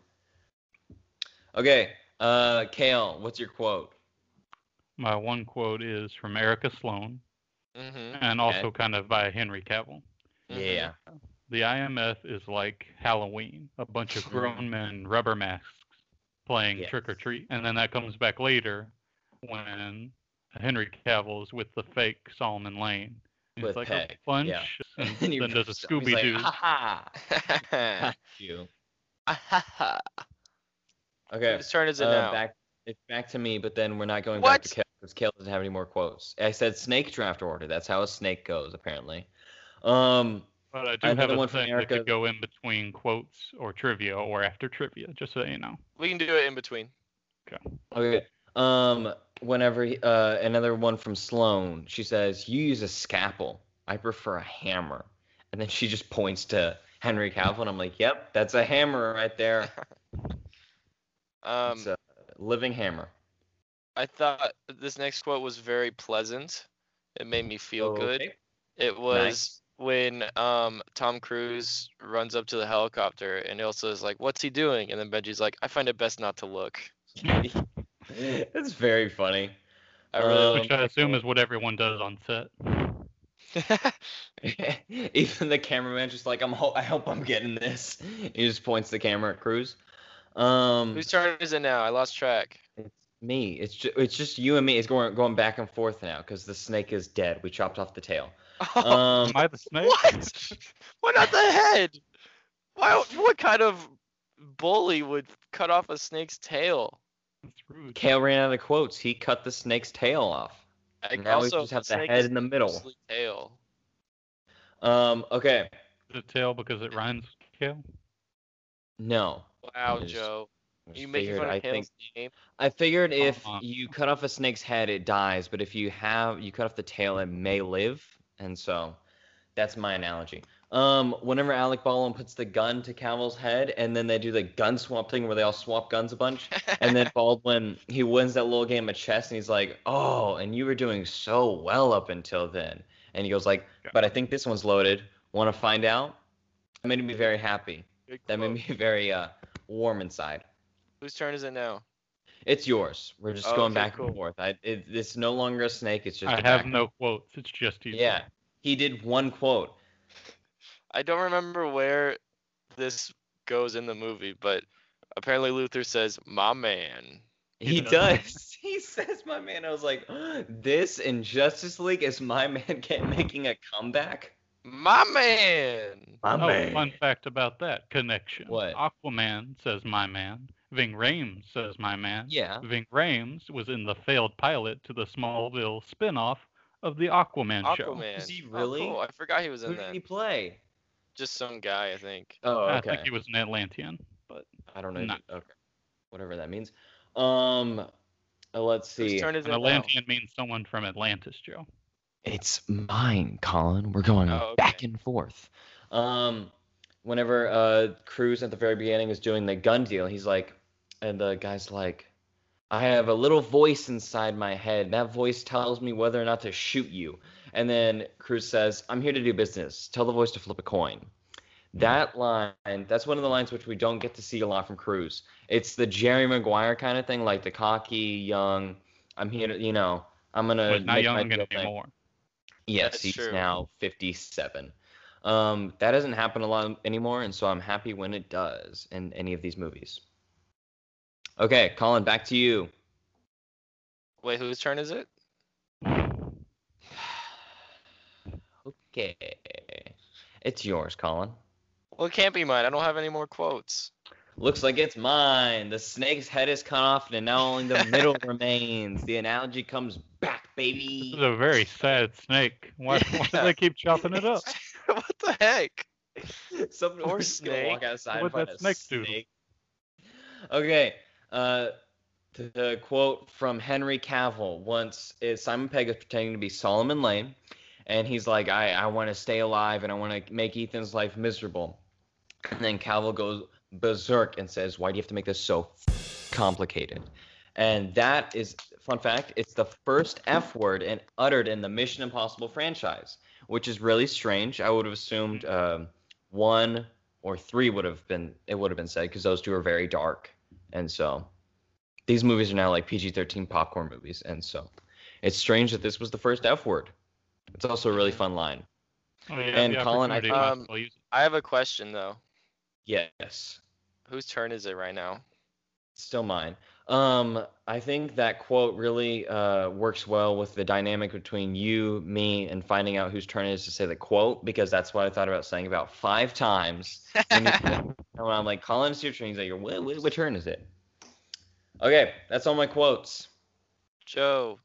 Speaker 1: Okay, uh, Kale, what's your quote?
Speaker 3: My one quote is from Erica Sloan,
Speaker 2: Mhm,
Speaker 3: and
Speaker 1: Okay.
Speaker 3: also kind of by Henry Cavill.
Speaker 2: mhm.
Speaker 1: Yeah,
Speaker 3: The IMF is like Halloween, a bunch of grown men in rubber masks playing
Speaker 1: Yes.
Speaker 3: trick or treat. And then that comes back later when Henry Cavill is with the fake Solomon Lane. And
Speaker 1: With
Speaker 3: it's like
Speaker 1: Peg,
Speaker 3: a bunch
Speaker 1: yeah.
Speaker 3: and
Speaker 1: And he
Speaker 3: then does a
Speaker 1: rips up. He's
Speaker 3: Scooby Doo.
Speaker 1: Like, "Ha ha,
Speaker 2: Ahaha.
Speaker 1: got you.
Speaker 2: Ahaha.
Speaker 1: Okay,
Speaker 2: Whose turn is it
Speaker 1: uh,
Speaker 2: now?
Speaker 1: back it's back to me. But then we're not going back to
Speaker 2: What?
Speaker 1: Kale because Kale doesn't have any more quotes. I said snake draft order. That's how a snake goes, apparently. Um,
Speaker 3: But I do
Speaker 1: Another
Speaker 3: have a
Speaker 1: one from
Speaker 3: thing that
Speaker 1: Erica.
Speaker 3: could go in between quotes or trivia or after trivia, just so you know.
Speaker 2: We can do it in between.
Speaker 1: Okay. Um. Whenever he- uh, another one from Sloan, she says, "You use a scalpel. I prefer a hammer." And then she just points to Henry Cavill, and I'm like, "Yep, that's a hammer right there.
Speaker 2: Um,
Speaker 1: it's a living hammer."
Speaker 2: I thought this next quote was very pleasant. It made me feel good.
Speaker 1: Oh, Okay.
Speaker 2: It was when um, Tom Cruise runs up to the helicopter and Ilsa is like, "What's he doing?" And then Benji's like, "I find it best not to look."
Speaker 1: That's very funny.
Speaker 2: I
Speaker 1: Um,
Speaker 2: really.
Speaker 3: Which I assume is what everyone does on set.
Speaker 1: Even the cameraman's just like, "I'm. Ho- I hope I'm getting this." He just points the camera at Cruz. Um.
Speaker 2: Whose turn is it now? I lost track.
Speaker 1: me. It's just it's just you and me. It's going going back and forth now because the snake is dead. We chopped off the tail.
Speaker 2: Oh
Speaker 1: Um,
Speaker 3: Am I the snake?
Speaker 2: What? Why not the head? Why? What kind of bully would cut off a snake's tail?
Speaker 3: That's rude.
Speaker 1: Kale ran out of quotes. He cut the snake's tail off.
Speaker 2: I
Speaker 1: now we just have the head in the middle.
Speaker 2: mostly tail.
Speaker 1: Um. Okay.
Speaker 3: The tail because it rhymes with tail.
Speaker 1: No.
Speaker 2: Wow,
Speaker 1: Just-
Speaker 2: Joe,
Speaker 1: I just
Speaker 2: you making
Speaker 1: figured-
Speaker 2: fun of
Speaker 1: I
Speaker 2: Kale's
Speaker 1: think
Speaker 2: name?
Speaker 1: I figured if
Speaker 3: Uh-huh.
Speaker 1: you cut off a snake's head, it dies. But if you have you cut off the tail, it may live. And so, that's my analogy. Um, whenever Alec Baldwin puts the gun to Cavill's head, and then they do the gun swap thing where they all swap guns a bunch, and then Baldwin he wins that little game of chess, and he's like, "Oh, and you were doing so well up until then." And he goes like, "But I think this one's loaded. Want to find out? That made me very happy.
Speaker 2: Good
Speaker 1: That made
Speaker 2: quote.
Speaker 1: me very uh, warm inside.
Speaker 2: Whose turn is it now?
Speaker 1: It's yours. We're just
Speaker 2: Okay,
Speaker 1: going back
Speaker 2: cool.
Speaker 1: and forth. I, it, it's no longer a snake. It's just.
Speaker 3: I
Speaker 1: a
Speaker 3: have
Speaker 1: back-
Speaker 3: no quotes. It's just you.
Speaker 1: Yeah, he did one quote.
Speaker 2: I don't remember where this goes in the movie, but apparently Luther says, "My man."
Speaker 1: He,
Speaker 3: He
Speaker 1: does.
Speaker 3: does.
Speaker 1: He says, "My man." I was like, "This in Justice League is my man get making a comeback."
Speaker 2: My man.
Speaker 1: My
Speaker 3: Oh, fun fact about that connection.
Speaker 1: What?
Speaker 3: Aquaman says my man. Ving Rhames says my man.
Speaker 1: Yeah.
Speaker 3: Ving Rhames was in the failed pilot to the Smallville spin-off of the Aquaman, show.
Speaker 2: Aquaman.
Speaker 1: Is he
Speaker 2: Oh,
Speaker 1: really?
Speaker 2: cool. I forgot he was
Speaker 1: Who
Speaker 2: in
Speaker 1: did
Speaker 2: that.
Speaker 1: he play?
Speaker 2: Just some guy, I think.
Speaker 1: Oh,
Speaker 3: I
Speaker 1: okay.
Speaker 3: think he was an Atlantean, but
Speaker 1: I don't know.
Speaker 3: No.
Speaker 1: Okay, whatever that means. Um, uh, let's see.
Speaker 2: Whose turn is it
Speaker 3: an
Speaker 2: now?
Speaker 3: Atlantean means someone from Atlantis, Joe.
Speaker 1: It's mine, Colin. We're going
Speaker 2: Oh, okay.
Speaker 1: back and forth. Um, whenever uh, Cruz at the very beginning is doing the gun deal, he's like, and the guy's like, I have a little voice inside my head. That voice tells me whether or not to shoot you. And then Cruz says, I'm here to do business. Tell the voice to flip a coin. That line, that's one of the lines which we don't get to see a lot from Cruz. It's the Jerry Maguire kind of thing, like the cocky, young, I'm here to, you know, I'm going to
Speaker 3: But not
Speaker 1: make my
Speaker 3: young
Speaker 1: deal thing.
Speaker 3: anymore.
Speaker 1: Yes,
Speaker 2: That's
Speaker 1: he's
Speaker 2: true.
Speaker 1: now 57. Um, that doesn't happen a lot anymore, and so I'm happy when it does in any of these movies. Okay, Colin, back to you.
Speaker 2: Wait, whose turn is it?
Speaker 1: Okay. It's yours, Colin.
Speaker 2: Well, it can't be mine. I don't have any more quotes.
Speaker 1: Looks like it's mine. The snake's head is cut off, and now only the middle remains. The analogy comes back,
Speaker 3: This
Speaker 1: baby.
Speaker 3: is a very sad snake. Why, why do
Speaker 2: Yeah.
Speaker 3: they keep chopping it up?
Speaker 2: what the heck?
Speaker 1: Some
Speaker 2: Poor
Speaker 1: just gonna
Speaker 2: snake.
Speaker 1: Walk outside and
Speaker 3: What'd
Speaker 1: find
Speaker 3: that
Speaker 1: a snake,
Speaker 3: snake do?
Speaker 1: Okay. Uh, the, the quote from Henry Cavill once is Simon Pegg is pretending to be Solomon Lane, and he's like, I, I want to stay alive and I want to make Ethan's life miserable. And then Cavill goes berserk and says, Why do you have to make this so complicated? And that is, fun fact, it's the first F word and uttered in the Mission Impossible franchise, which is really strange. I would have assumed um, one or three would have been it would have been said because those two are very dark, and so these movies are now like PG-13 popcorn movies, and so it's strange that this was the first F word. It's also a really fun line.
Speaker 3: Oh, yeah,
Speaker 1: And
Speaker 3: the
Speaker 1: Colin, I
Speaker 3: opportunity
Speaker 1: think-
Speaker 3: cost,
Speaker 2: Um,
Speaker 3: I'll use it.
Speaker 2: I have a question though.
Speaker 1: Yes,
Speaker 2: Whose turn is it right now?
Speaker 1: still mine. Um, I think that quote really uh, works well with the dynamic between you, me, and finding out whose turn it is to say the quote because that's what I thought about saying about five times. when, you, and when I'm like, Colin, it's your turn. He's like, what, what, what turn is it? Okay, that's all my quotes.
Speaker 2: Joe,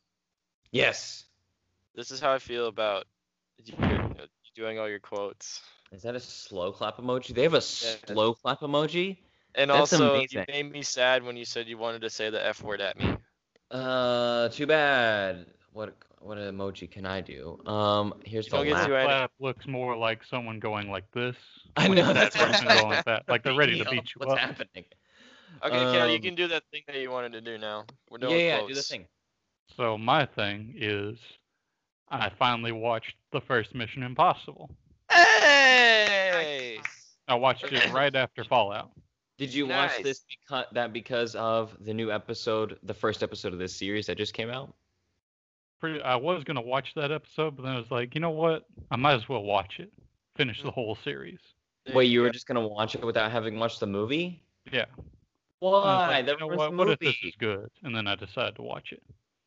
Speaker 1: Yes.
Speaker 2: this is how I feel about you you doing all your quotes.
Speaker 1: Is that a slow clap emoji? They have a slow clap emoji.
Speaker 2: And
Speaker 1: That's
Speaker 2: also,
Speaker 1: amazing.
Speaker 2: you made me sad when you said you wanted to say the F word at me.
Speaker 1: Uh, too bad. What what emoji can I do? Um, here's
Speaker 2: You
Speaker 1: the
Speaker 2: don't get
Speaker 1: laugh.
Speaker 2: to add-
Speaker 3: Clap looks more like someone going like this.
Speaker 1: I
Speaker 3: like
Speaker 1: know
Speaker 3: that
Speaker 1: that's what
Speaker 3: person
Speaker 1: I'm
Speaker 3: going like that. Like they're ready to
Speaker 1: thinking
Speaker 3: beat
Speaker 1: of.
Speaker 3: you
Speaker 1: What's
Speaker 3: up.
Speaker 1: happening?
Speaker 2: Okay, Cal, you
Speaker 1: Um,
Speaker 2: can do that thing that you wanted to do now. We're
Speaker 1: Yeah,
Speaker 2: doing
Speaker 1: yeah,
Speaker 2: quotes.
Speaker 1: do the thing.
Speaker 3: So my thing is, I finally watched the first Mission Impossible.
Speaker 2: Hey!
Speaker 3: I watched it right after Fallout.
Speaker 1: Did you watch
Speaker 2: Nice.
Speaker 1: this because that because of the new episode, the first episode of this series that just came out?
Speaker 3: Pretty, I was gonna watch that episode, but then I was like, you know what? I might as well watch it, finish the whole series.
Speaker 2: There
Speaker 1: Wait, you were
Speaker 2: go.
Speaker 1: just gonna watch it without having watched the movie?
Speaker 3: Yeah. And I was
Speaker 1: Why?
Speaker 3: like,
Speaker 1: That
Speaker 3: you know
Speaker 1: ruins
Speaker 3: what?
Speaker 1: the
Speaker 3: What if
Speaker 1: movie.
Speaker 3: this is good? And then I decided to watch it.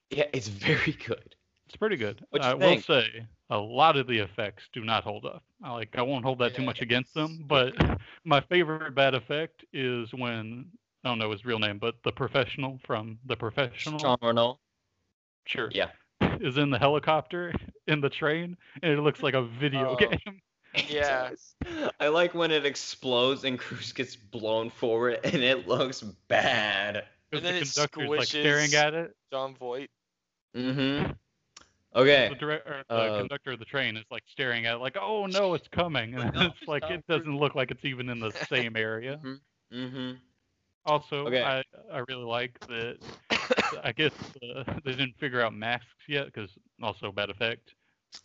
Speaker 1: Yeah, it's very good.
Speaker 3: It's pretty good.
Speaker 1: What'd you
Speaker 3: I
Speaker 1: think?
Speaker 3: will say a lot of the effects do not hold up. I like I won't hold that too much against them, but my favorite bad effect is when I don't know his real name, but the professional from the professional
Speaker 1: Sean Renault.
Speaker 3: sure
Speaker 1: Yeah.
Speaker 3: is in the helicopter in the train and it looks like a video
Speaker 2: Oh.
Speaker 3: game.
Speaker 2: Yeah.
Speaker 1: I like when it explodes and Cruz gets blown forward and it looks bad.
Speaker 3: 'cause
Speaker 2: then
Speaker 3: the
Speaker 2: it
Speaker 3: conductor's like staring
Speaker 2: squishes
Speaker 3: at it.
Speaker 2: John Voight.
Speaker 1: Mm-hmm. Okay.
Speaker 3: The, direct, or the
Speaker 1: uh,
Speaker 3: conductor of the train is like staring at it, like, oh no, it's coming. And
Speaker 1: no,
Speaker 3: it's like
Speaker 1: Tom
Speaker 3: it doesn't look like it's even in the same area.
Speaker 1: Mm-hmm.
Speaker 3: Also,
Speaker 1: Okay.
Speaker 3: I, I really like that. I guess uh, they didn't figure out masks yet because also bad effect.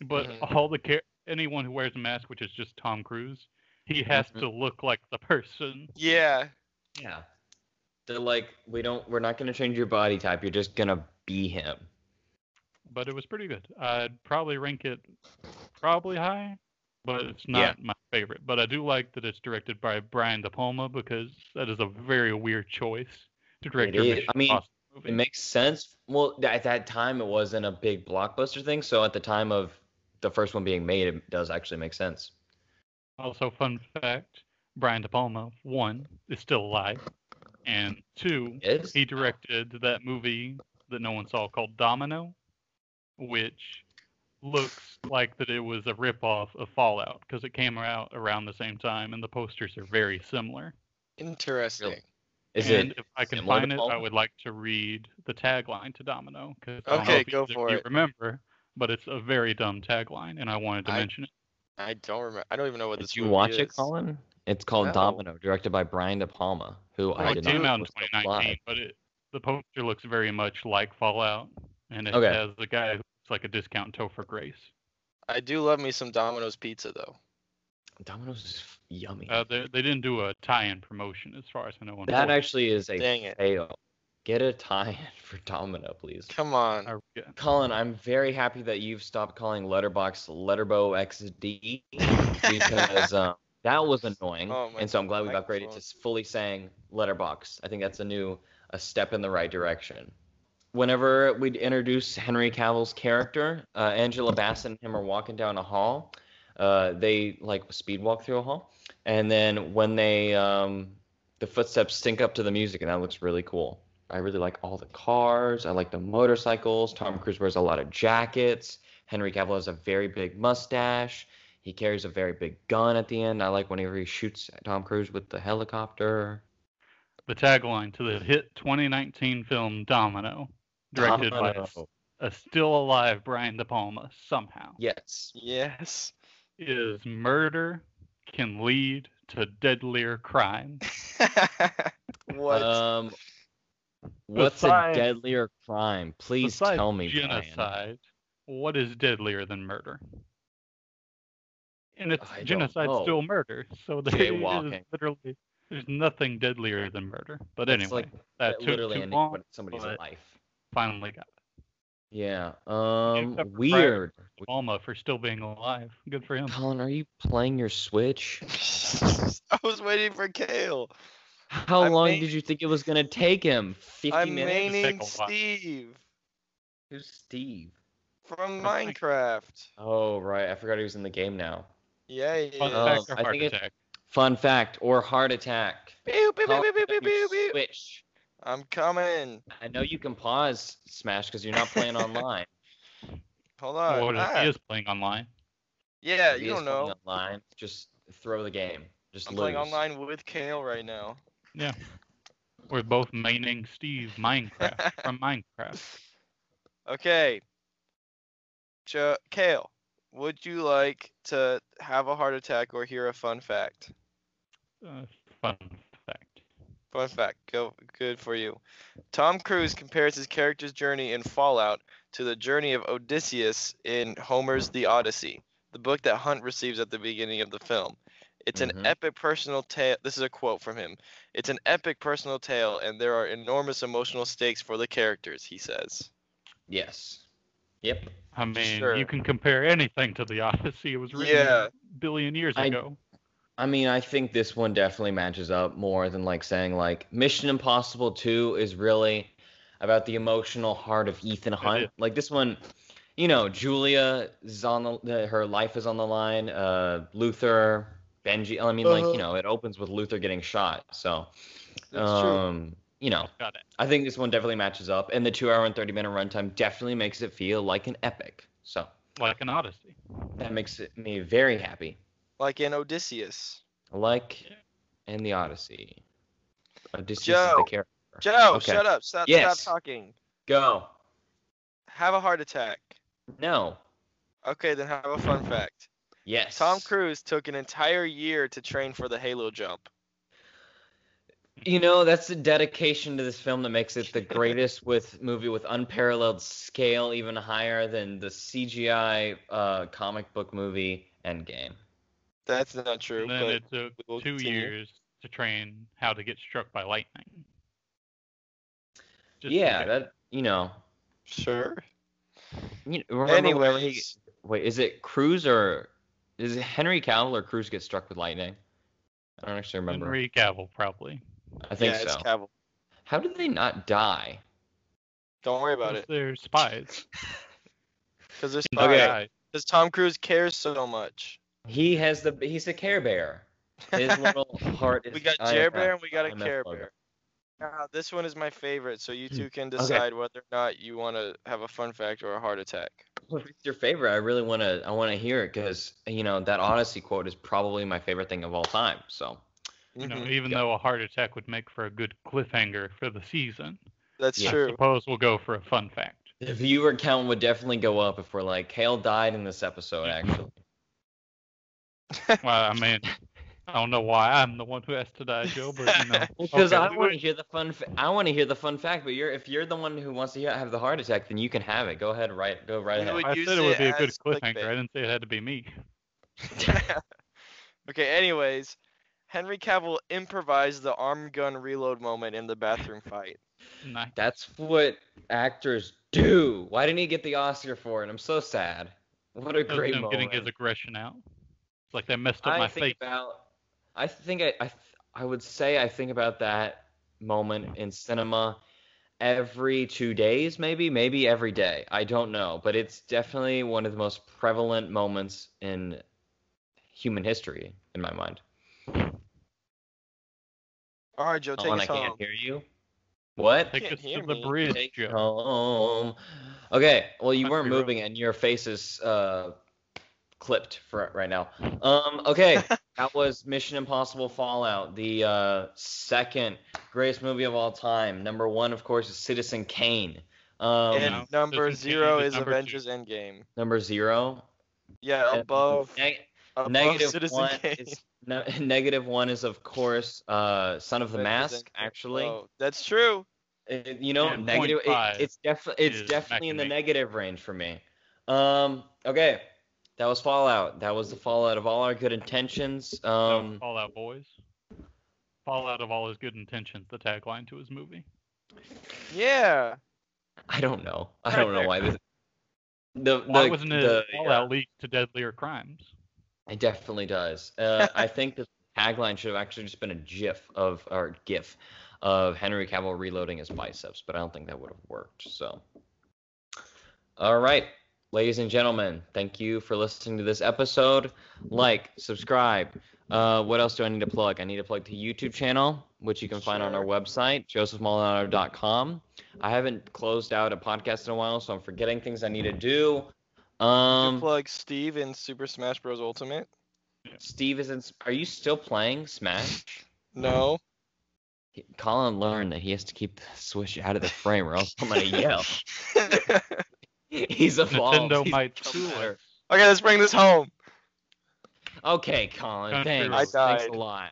Speaker 3: But
Speaker 2: Mhm.
Speaker 1: Mm-hmm.
Speaker 3: all the char- anyone who wears a mask, which is just Tom Cruise, he has
Speaker 1: Mm-hmm.
Speaker 3: to look like the person.
Speaker 2: Yeah.
Speaker 1: Yeah. They're like, we don't, we're not gonna change your body type. You're just gonna be him.
Speaker 3: But it was pretty good. I'd probably rank it probably high, but it's not
Speaker 1: Yeah.
Speaker 3: my favorite. But I do like that it's directed by Brian De Palma because that is a very weird choice to
Speaker 1: It
Speaker 3: direct your
Speaker 1: is.
Speaker 3: Mission
Speaker 1: I mean,
Speaker 3: Impossible movie.
Speaker 1: It makes sense. Well, th- at that time, it wasn't a big blockbuster thing. So at the time of the first one being made, it does actually make sense.
Speaker 3: Also, fun fact: Brian De Palma, one, is still alive, and two,
Speaker 1: Yes.
Speaker 3: he directed that movie that no one saw called Domino, which looks like that it was a ripoff of Fallout because it came out around the same time, and the posters are very similar.
Speaker 2: Interesting.
Speaker 1: Really? Is
Speaker 3: and
Speaker 1: it?
Speaker 3: if I can
Speaker 1: similar to
Speaker 3: find it, I
Speaker 1: Fallout?
Speaker 3: would like to read the tagline to Domino. 'cause I don't know
Speaker 2: Okay,
Speaker 3: if
Speaker 2: go
Speaker 3: either of
Speaker 2: for
Speaker 3: you
Speaker 2: it.
Speaker 3: Remember, but it's a very dumb tagline, and I wanted to
Speaker 2: I-
Speaker 3: mention it.
Speaker 2: I don't remember. I don't even know what
Speaker 1: Did
Speaker 2: this
Speaker 1: you
Speaker 2: movie
Speaker 1: watch
Speaker 2: is.
Speaker 1: it, Colin? It's called
Speaker 2: No.
Speaker 1: Domino, directed by Brian De Palma, who
Speaker 3: Well,
Speaker 1: I
Speaker 3: it
Speaker 1: did not
Speaker 3: came
Speaker 1: know
Speaker 3: out in
Speaker 1: was still alive.
Speaker 3: 2019, but it, the poster looks very much like Fallout, and it
Speaker 1: Okay.
Speaker 3: has the guy who looks like a discount Topher Grace.
Speaker 2: I do love me some Domino's pizza though.
Speaker 1: Domino's is f- yummy.
Speaker 3: Uh, they, they didn't do a tie-in promotion, as far as I know. on
Speaker 1: that
Speaker 3: Fortnite.
Speaker 1: actually is a
Speaker 2: Dang it.
Speaker 1: fail. Get a tie-in for Domino, please.
Speaker 2: Come on.
Speaker 3: I- yeah.
Speaker 1: Colin, I'm very happy that you've stopped calling Letterbox Letterbo XD because um, that was annoying,
Speaker 2: Oh, my
Speaker 1: and so I'm glad we've upgraded
Speaker 2: microphone.
Speaker 1: to fully saying Letterbox. I think that's a new a step in the right direction. Whenever we'd introduce Henry Cavill's character, uh, Angela Bassett and him are walking down a hall. Uh, they like speed walk through a hall, and then when they um, the footsteps sync up to the music, and that looks really cool. I really like all the cars. I like the motorcycles. Tom Cruise wears a lot of jackets. Henry Cavill has a very big mustache. He carries a very big gun at the end. I like whenever he shoots Tom Cruise with the helicopter.
Speaker 3: The tagline to the hit 2019 film Domino, directed by a,
Speaker 1: Domino.
Speaker 3: a still alive Brian De Palma, somehow,
Speaker 1: Yes.
Speaker 2: Yes.
Speaker 3: is murder can lead to deadlier crime.
Speaker 2: what?
Speaker 1: Um, what's
Speaker 3: Besides-
Speaker 1: a deadlier crime? Please
Speaker 3: Besides
Speaker 1: tell me,
Speaker 3: genocide.
Speaker 1: Brian.
Speaker 3: What is deadlier than murder? And it's
Speaker 1: I don't
Speaker 3: genocide
Speaker 1: know.
Speaker 3: still murder, so there is
Speaker 1: Jaywalking.
Speaker 3: literally there's nothing deadlier than murder. But
Speaker 1: That's
Speaker 3: anyway,
Speaker 1: like
Speaker 3: that took
Speaker 1: literally
Speaker 3: too
Speaker 1: ending
Speaker 3: long.
Speaker 1: somebody's
Speaker 3: but-
Speaker 1: life.
Speaker 3: Finally got
Speaker 1: Yeah. Um,
Speaker 3: Except for Brian.
Speaker 1: weird.
Speaker 3: Alma for still being alive. Good for him.
Speaker 1: Colin, are you playing your Switch?
Speaker 2: I was waiting for Kale.
Speaker 1: How
Speaker 2: I
Speaker 1: long
Speaker 2: main-
Speaker 1: did you think it was gonna take him? 50
Speaker 2: I'm
Speaker 1: minutes.
Speaker 3: take
Speaker 2: maining
Speaker 3: a while.
Speaker 2: Steve
Speaker 1: Who's Steve?
Speaker 2: from
Speaker 3: I think-
Speaker 2: Minecraft.
Speaker 1: Oh right, I forgot he was in the game now.
Speaker 2: Yay.
Speaker 3: Fun
Speaker 1: Um,
Speaker 3: fact or
Speaker 1: I
Speaker 3: heart
Speaker 1: think it-
Speaker 3: attack?
Speaker 1: Fun fact or heart attack?
Speaker 2: Pew, pew,
Speaker 1: Colin,
Speaker 2: pew, pew, pew,
Speaker 1: you
Speaker 2: pew, pew.
Speaker 1: Switch.
Speaker 2: I'm coming.
Speaker 1: I know you can pause Smash because you're not playing online.
Speaker 2: Hold on.
Speaker 3: Well,
Speaker 2: Ah,
Speaker 3: he is playing online.
Speaker 2: yeah,
Speaker 1: He
Speaker 2: you
Speaker 1: is
Speaker 2: don't
Speaker 1: playing
Speaker 2: know.
Speaker 1: Online, just throw the game. Just
Speaker 2: I'm
Speaker 1: lose.
Speaker 2: playing online with Kale right now.
Speaker 3: We're both maining Steve Minecraft from Minecraft.
Speaker 2: Okay. Jo- Kale, would you like to have a heart attack or hear a fun fact?
Speaker 3: Uh, fun fact.
Speaker 2: Fun fact. Go good for you. Tom Cruise compares his character's journey in Fallout to the journey of Odysseus in Homer's The Odyssey, the book that Hunt receives at the beginning of the film. It's an
Speaker 1: Mhm.
Speaker 2: epic personal tale. This is a quote from him. It's an epic personal tale, and there are enormous emotional stakes for the characters, he says.
Speaker 1: Yes. Yep.
Speaker 3: I mean,
Speaker 2: Sure.
Speaker 3: you can compare anything to the Odyssey. It was written
Speaker 2: Yeah.
Speaker 3: a billion years
Speaker 1: I-
Speaker 3: ago.
Speaker 1: I mean, I think this one definitely matches up more than like saying like Mission Impossible 2 is really about the emotional heart of Ethan
Speaker 3: is.
Speaker 1: Hunt. Like this one, you know, Julia is on the, her life is on the line. Uh, Luther, Benji. I mean, like
Speaker 2: Uh-huh.
Speaker 1: you know, it opens with Luther getting shot. So,
Speaker 2: That's true.
Speaker 1: um, you know,
Speaker 3: Got it.
Speaker 1: I think this one definitely matches up, and the two-hour and thirty-minute runtime definitely makes it feel like an epic. So
Speaker 3: Like an Odyssey.
Speaker 1: that makes it, me very happy.
Speaker 2: Like in Odysseus.
Speaker 1: like
Speaker 3: Yeah.
Speaker 1: in the Odyssey. Odysseus is
Speaker 2: Joe.
Speaker 1: the character.
Speaker 2: Joe,
Speaker 1: Okay.
Speaker 2: shut up. Stop,
Speaker 1: Yes.
Speaker 2: stop talking.
Speaker 1: Go.
Speaker 2: Have a heart attack.
Speaker 1: No.
Speaker 2: Okay, then have a fun fact.
Speaker 1: Yes.
Speaker 2: Tom Cruise took an entire year to train for the Halo jump.
Speaker 1: You know that's the dedication to this film that makes it the greatest with movie with unparalleled scale, even higher than the CGI uh, comic book movie Endgame.
Speaker 2: That's not true.
Speaker 3: And then
Speaker 2: but
Speaker 3: it took
Speaker 2: we will
Speaker 3: two
Speaker 2: continue.
Speaker 3: years to train how to get struck by lightning. Just
Speaker 1: yeah,
Speaker 3: okay.
Speaker 1: that you know.
Speaker 2: Sure.
Speaker 1: You know, remember whenever he-
Speaker 2: Anyways,
Speaker 1: wait, is it Cruz or is it Henry Cavill or Cruz get struck with lightning? I don't actually remember.
Speaker 3: Henry Cavill probably.
Speaker 1: I think
Speaker 2: yeah,
Speaker 1: so.
Speaker 2: it's Cavill.
Speaker 1: How did they not die?
Speaker 2: Don't worry about it,
Speaker 3: They're spies.
Speaker 2: because there's
Speaker 1: Okay.
Speaker 3: Spies.
Speaker 2: Because Tom Cruise cares so much.
Speaker 1: He has the he's a Care Bear. His little heart is.
Speaker 2: we got
Speaker 1: IMF,
Speaker 2: Jer Bear and we got a
Speaker 1: IMF
Speaker 2: Care
Speaker 1: logo.
Speaker 2: Bear. Now, this one is my favorite, so
Speaker 3: Hmm.
Speaker 2: you two can
Speaker 1: Okay.
Speaker 2: decide whether or not you want to have a fun fact or a heart attack.
Speaker 1: Well, If it's your favorite, I really want to. I want to hear it because you know that Odyssey quote is probably my favorite thing of all time. So
Speaker 3: You know,
Speaker 2: Mhm.
Speaker 3: even though a heart attack would make for a good cliffhanger for the season,
Speaker 2: That's
Speaker 1: Yeah.
Speaker 3: I
Speaker 2: true.
Speaker 3: suppose we'll go for a fun fact.
Speaker 1: the viewer count would definitely go up if we're like, Kale died in this episode. Actually,
Speaker 3: Well, I mean, I don't know why I'm the one who has to die, Joe, but you know.
Speaker 1: because
Speaker 3: okay,
Speaker 1: I
Speaker 3: we
Speaker 1: want to
Speaker 3: would-
Speaker 1: hear the fun. Fa- I want to hear the fun fact. But you're if you're the one who wants to hear, have the heart attack, then you can have it. Go ahead, right? Go right
Speaker 2: We
Speaker 1: ahead.
Speaker 2: would
Speaker 3: I
Speaker 2: use
Speaker 3: said it would be a
Speaker 2: it
Speaker 3: good
Speaker 2: as
Speaker 3: cliffhanger.
Speaker 2: clickbait.
Speaker 3: I didn't say it had to be me.
Speaker 2: okay, anyways, Henry Cavill improvised the arm gun reload moment in the bathroom fight.
Speaker 3: Nice.
Speaker 1: That's what actors do. Why didn't he get the Oscar for it? I'm so sad. What a
Speaker 3: That was
Speaker 1: great
Speaker 3: him
Speaker 1: moment.
Speaker 3: getting his aggression out. It's like they messed up
Speaker 1: I
Speaker 3: my
Speaker 1: think
Speaker 3: face.
Speaker 1: about. I think I, I th- I would say I think about that moment in cinema every two days, maybe, maybe every day. I don't know, but it's definitely one of the most prevalent moments in human history in my mind.
Speaker 2: All right, Joe, take
Speaker 1: Alan,
Speaker 2: us
Speaker 1: I can't
Speaker 2: home.
Speaker 1: hear you. What?
Speaker 3: Take
Speaker 2: can't
Speaker 3: us to
Speaker 2: hear
Speaker 3: the
Speaker 2: me.
Speaker 3: bridge,
Speaker 1: Take
Speaker 3: Joe.
Speaker 1: home. Okay. Well, you
Speaker 3: Country
Speaker 1: weren't
Speaker 3: road.
Speaker 1: moving, and your face is uh, clipped for right now. Um. Okay. that was Mission Impossible Fallout, the uh, second greatest movie of all time. Number one, of course, is Citizen Kane. Um,
Speaker 2: and
Speaker 3: no.
Speaker 2: number
Speaker 3: Doesn't change
Speaker 2: zero
Speaker 3: it,
Speaker 2: is
Speaker 3: number two.
Speaker 2: Avengers Endgame.
Speaker 1: number zero.
Speaker 2: Yeah,
Speaker 1: and
Speaker 2: above,
Speaker 1: neg-
Speaker 2: above
Speaker 1: negative
Speaker 2: Citizen
Speaker 1: one
Speaker 2: Kane.
Speaker 1: is no, negative one is of course uh, Son of the
Speaker 2: Avengers
Speaker 1: Mask.
Speaker 2: Endgame.
Speaker 1: Actually,
Speaker 2: Oh, that's true.
Speaker 1: It- you know,
Speaker 3: And
Speaker 1: negative. it-
Speaker 3: 0.5
Speaker 1: it's definitely it's
Speaker 3: is
Speaker 1: definitely in the
Speaker 3: macrame.
Speaker 1: negative range for me. Um. Okay, that was Fallout. That was the fallout of all our good intentions.
Speaker 3: Um,
Speaker 1: Um.
Speaker 3: Fallout Boys. Fallout of all his good intentions, the tagline to his movie.
Speaker 2: Yeah.
Speaker 1: I don't know. I
Speaker 2: Right
Speaker 1: don't know
Speaker 2: there.
Speaker 1: why this. The,
Speaker 3: Why
Speaker 1: the-
Speaker 3: wasn't it
Speaker 1: the-
Speaker 3: Fallout leaked to Deadlier Crimes?
Speaker 1: It definitely does. Uh, I think the tagline should have actually just been a GIF of or GIF of Henry Cavill reloading his biceps, but I don't think that would have worked. So, all right, ladies and gentlemen, thank you for listening to this episode. Like, subscribe. Uh, what else do I need to plug? I need to plug the YouTube channel, which you can find on our
Speaker 2: Sure.
Speaker 1: website, josephmolinato.com. I haven't closed out a podcast in a while, so I'm forgetting things I need to do. Um,
Speaker 2: Um, plug Steve in Super Smash Bros. Ultimate.
Speaker 1: Steve is in. Are you still playing Smash?
Speaker 2: No.
Speaker 1: Colin learned that he has to keep the Switch out of the frame, or else I'm gonna yell.
Speaker 2: okay,
Speaker 1: He's evolved.
Speaker 3: Nintendo
Speaker 1: He's
Speaker 3: might
Speaker 1: become
Speaker 3: sue
Speaker 1: better.
Speaker 3: us.
Speaker 2: let's bring this home.
Speaker 1: Okay, Colin.
Speaker 3: Country
Speaker 1: Thanks.
Speaker 2: I
Speaker 1: Thanks
Speaker 2: died.
Speaker 1: a lot.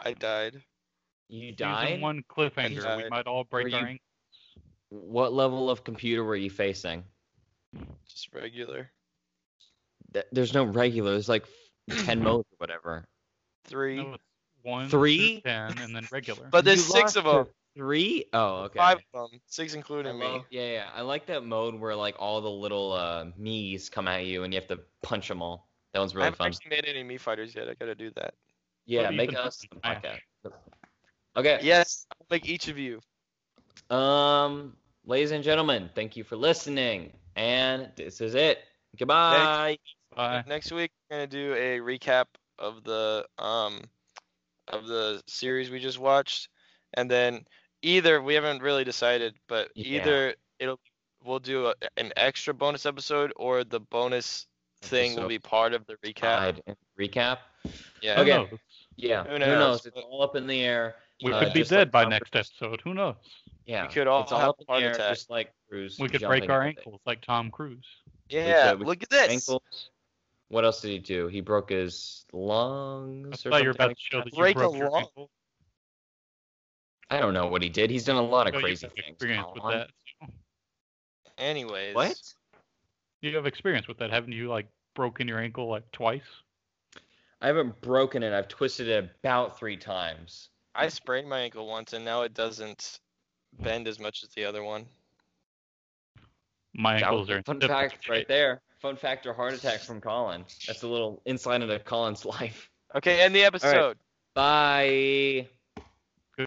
Speaker 2: I died.
Speaker 1: You
Speaker 3: Season
Speaker 1: died.
Speaker 3: one cliffhanger.
Speaker 2: died.
Speaker 3: We might all break
Speaker 1: you-
Speaker 3: our ankles.
Speaker 1: What level of computer were you facing?
Speaker 2: Just regular.
Speaker 1: Th- There's no regular. There's like ten modes or whatever.
Speaker 2: Three.
Speaker 3: No, it's one,
Speaker 1: Three?
Speaker 3: through ten, and then regular.
Speaker 2: But there's
Speaker 1: You
Speaker 2: six of
Speaker 1: lost
Speaker 2: them.
Speaker 1: to Three? Oh, okay.
Speaker 2: Five of them. Six
Speaker 1: I
Speaker 2: including me.
Speaker 1: love- yeah, yeah. I like that mode where like all the little uh, me's come at you and you have to punch them all. That one's
Speaker 2: I
Speaker 1: really
Speaker 2: haven't
Speaker 1: fun.
Speaker 2: actually made any Mii fighters yet. I gotta do that.
Speaker 1: Yeah,
Speaker 3: Maybe you
Speaker 1: make
Speaker 3: can
Speaker 1: us the
Speaker 3: put it in
Speaker 1: podcast. Okay.
Speaker 2: Yes, I'll make each of you.
Speaker 1: Um, ladies and gentlemen, thank you for listening, and this is it. Goodbye.
Speaker 3: Bye.
Speaker 2: Next week we're gonna do a recap of the um of the series we just watched, and then either we haven't really decided, but
Speaker 1: Yeah.
Speaker 2: either it'll we'll do a, an extra bonus episode or the bonus thing will
Speaker 1: Episode.
Speaker 2: be part of the recap.
Speaker 1: Guide and recap.
Speaker 2: Yeah.
Speaker 1: Okay.
Speaker 3: Who knows?
Speaker 1: Yeah.
Speaker 2: Who
Speaker 1: Who knows?
Speaker 2: knows?
Speaker 1: It's all up in the air.
Speaker 3: We
Speaker 1: Uh,
Speaker 3: could be
Speaker 1: just like
Speaker 3: dead by
Speaker 1: Tom
Speaker 3: next episode. Who knows?
Speaker 1: Yeah.
Speaker 2: We could all
Speaker 1: it's all
Speaker 2: have
Speaker 1: up in the
Speaker 2: heart
Speaker 1: air,
Speaker 2: attack.
Speaker 1: just like Cruz.
Speaker 3: We could
Speaker 1: jumping
Speaker 3: break our
Speaker 1: off it.
Speaker 3: ankles like Tom Cruise.
Speaker 2: Yeah,
Speaker 1: we
Speaker 2: look at this.
Speaker 1: Ankles. What else did he do? He broke his lungs.
Speaker 3: I
Speaker 1: or
Speaker 3: thought you
Speaker 1: something
Speaker 3: were about
Speaker 1: like
Speaker 3: to show that you
Speaker 2: Break a
Speaker 3: broke your
Speaker 2: law.
Speaker 3: ankle.
Speaker 1: I don't know what he did. He's done a lot of
Speaker 3: No, you
Speaker 1: crazy
Speaker 3: have
Speaker 1: things.
Speaker 3: Experience with
Speaker 1: Colin.
Speaker 3: that.
Speaker 2: Anyways.
Speaker 1: What?
Speaker 3: You have experience with that, haven't you? Like broken your ankle like twice.
Speaker 1: I haven't broken it. I've twisted it about three times.
Speaker 2: I sprained my ankle once, and now it doesn't bend as much as the other one.
Speaker 3: My
Speaker 1: That
Speaker 3: ankles
Speaker 1: was a
Speaker 3: are in
Speaker 1: fun
Speaker 3: different
Speaker 1: fact right
Speaker 3: shape.
Speaker 1: there. Fun fact or heart attack from Colin. That's a little insight into Colin's life.
Speaker 2: Okay, end the episode.
Speaker 1: Bye.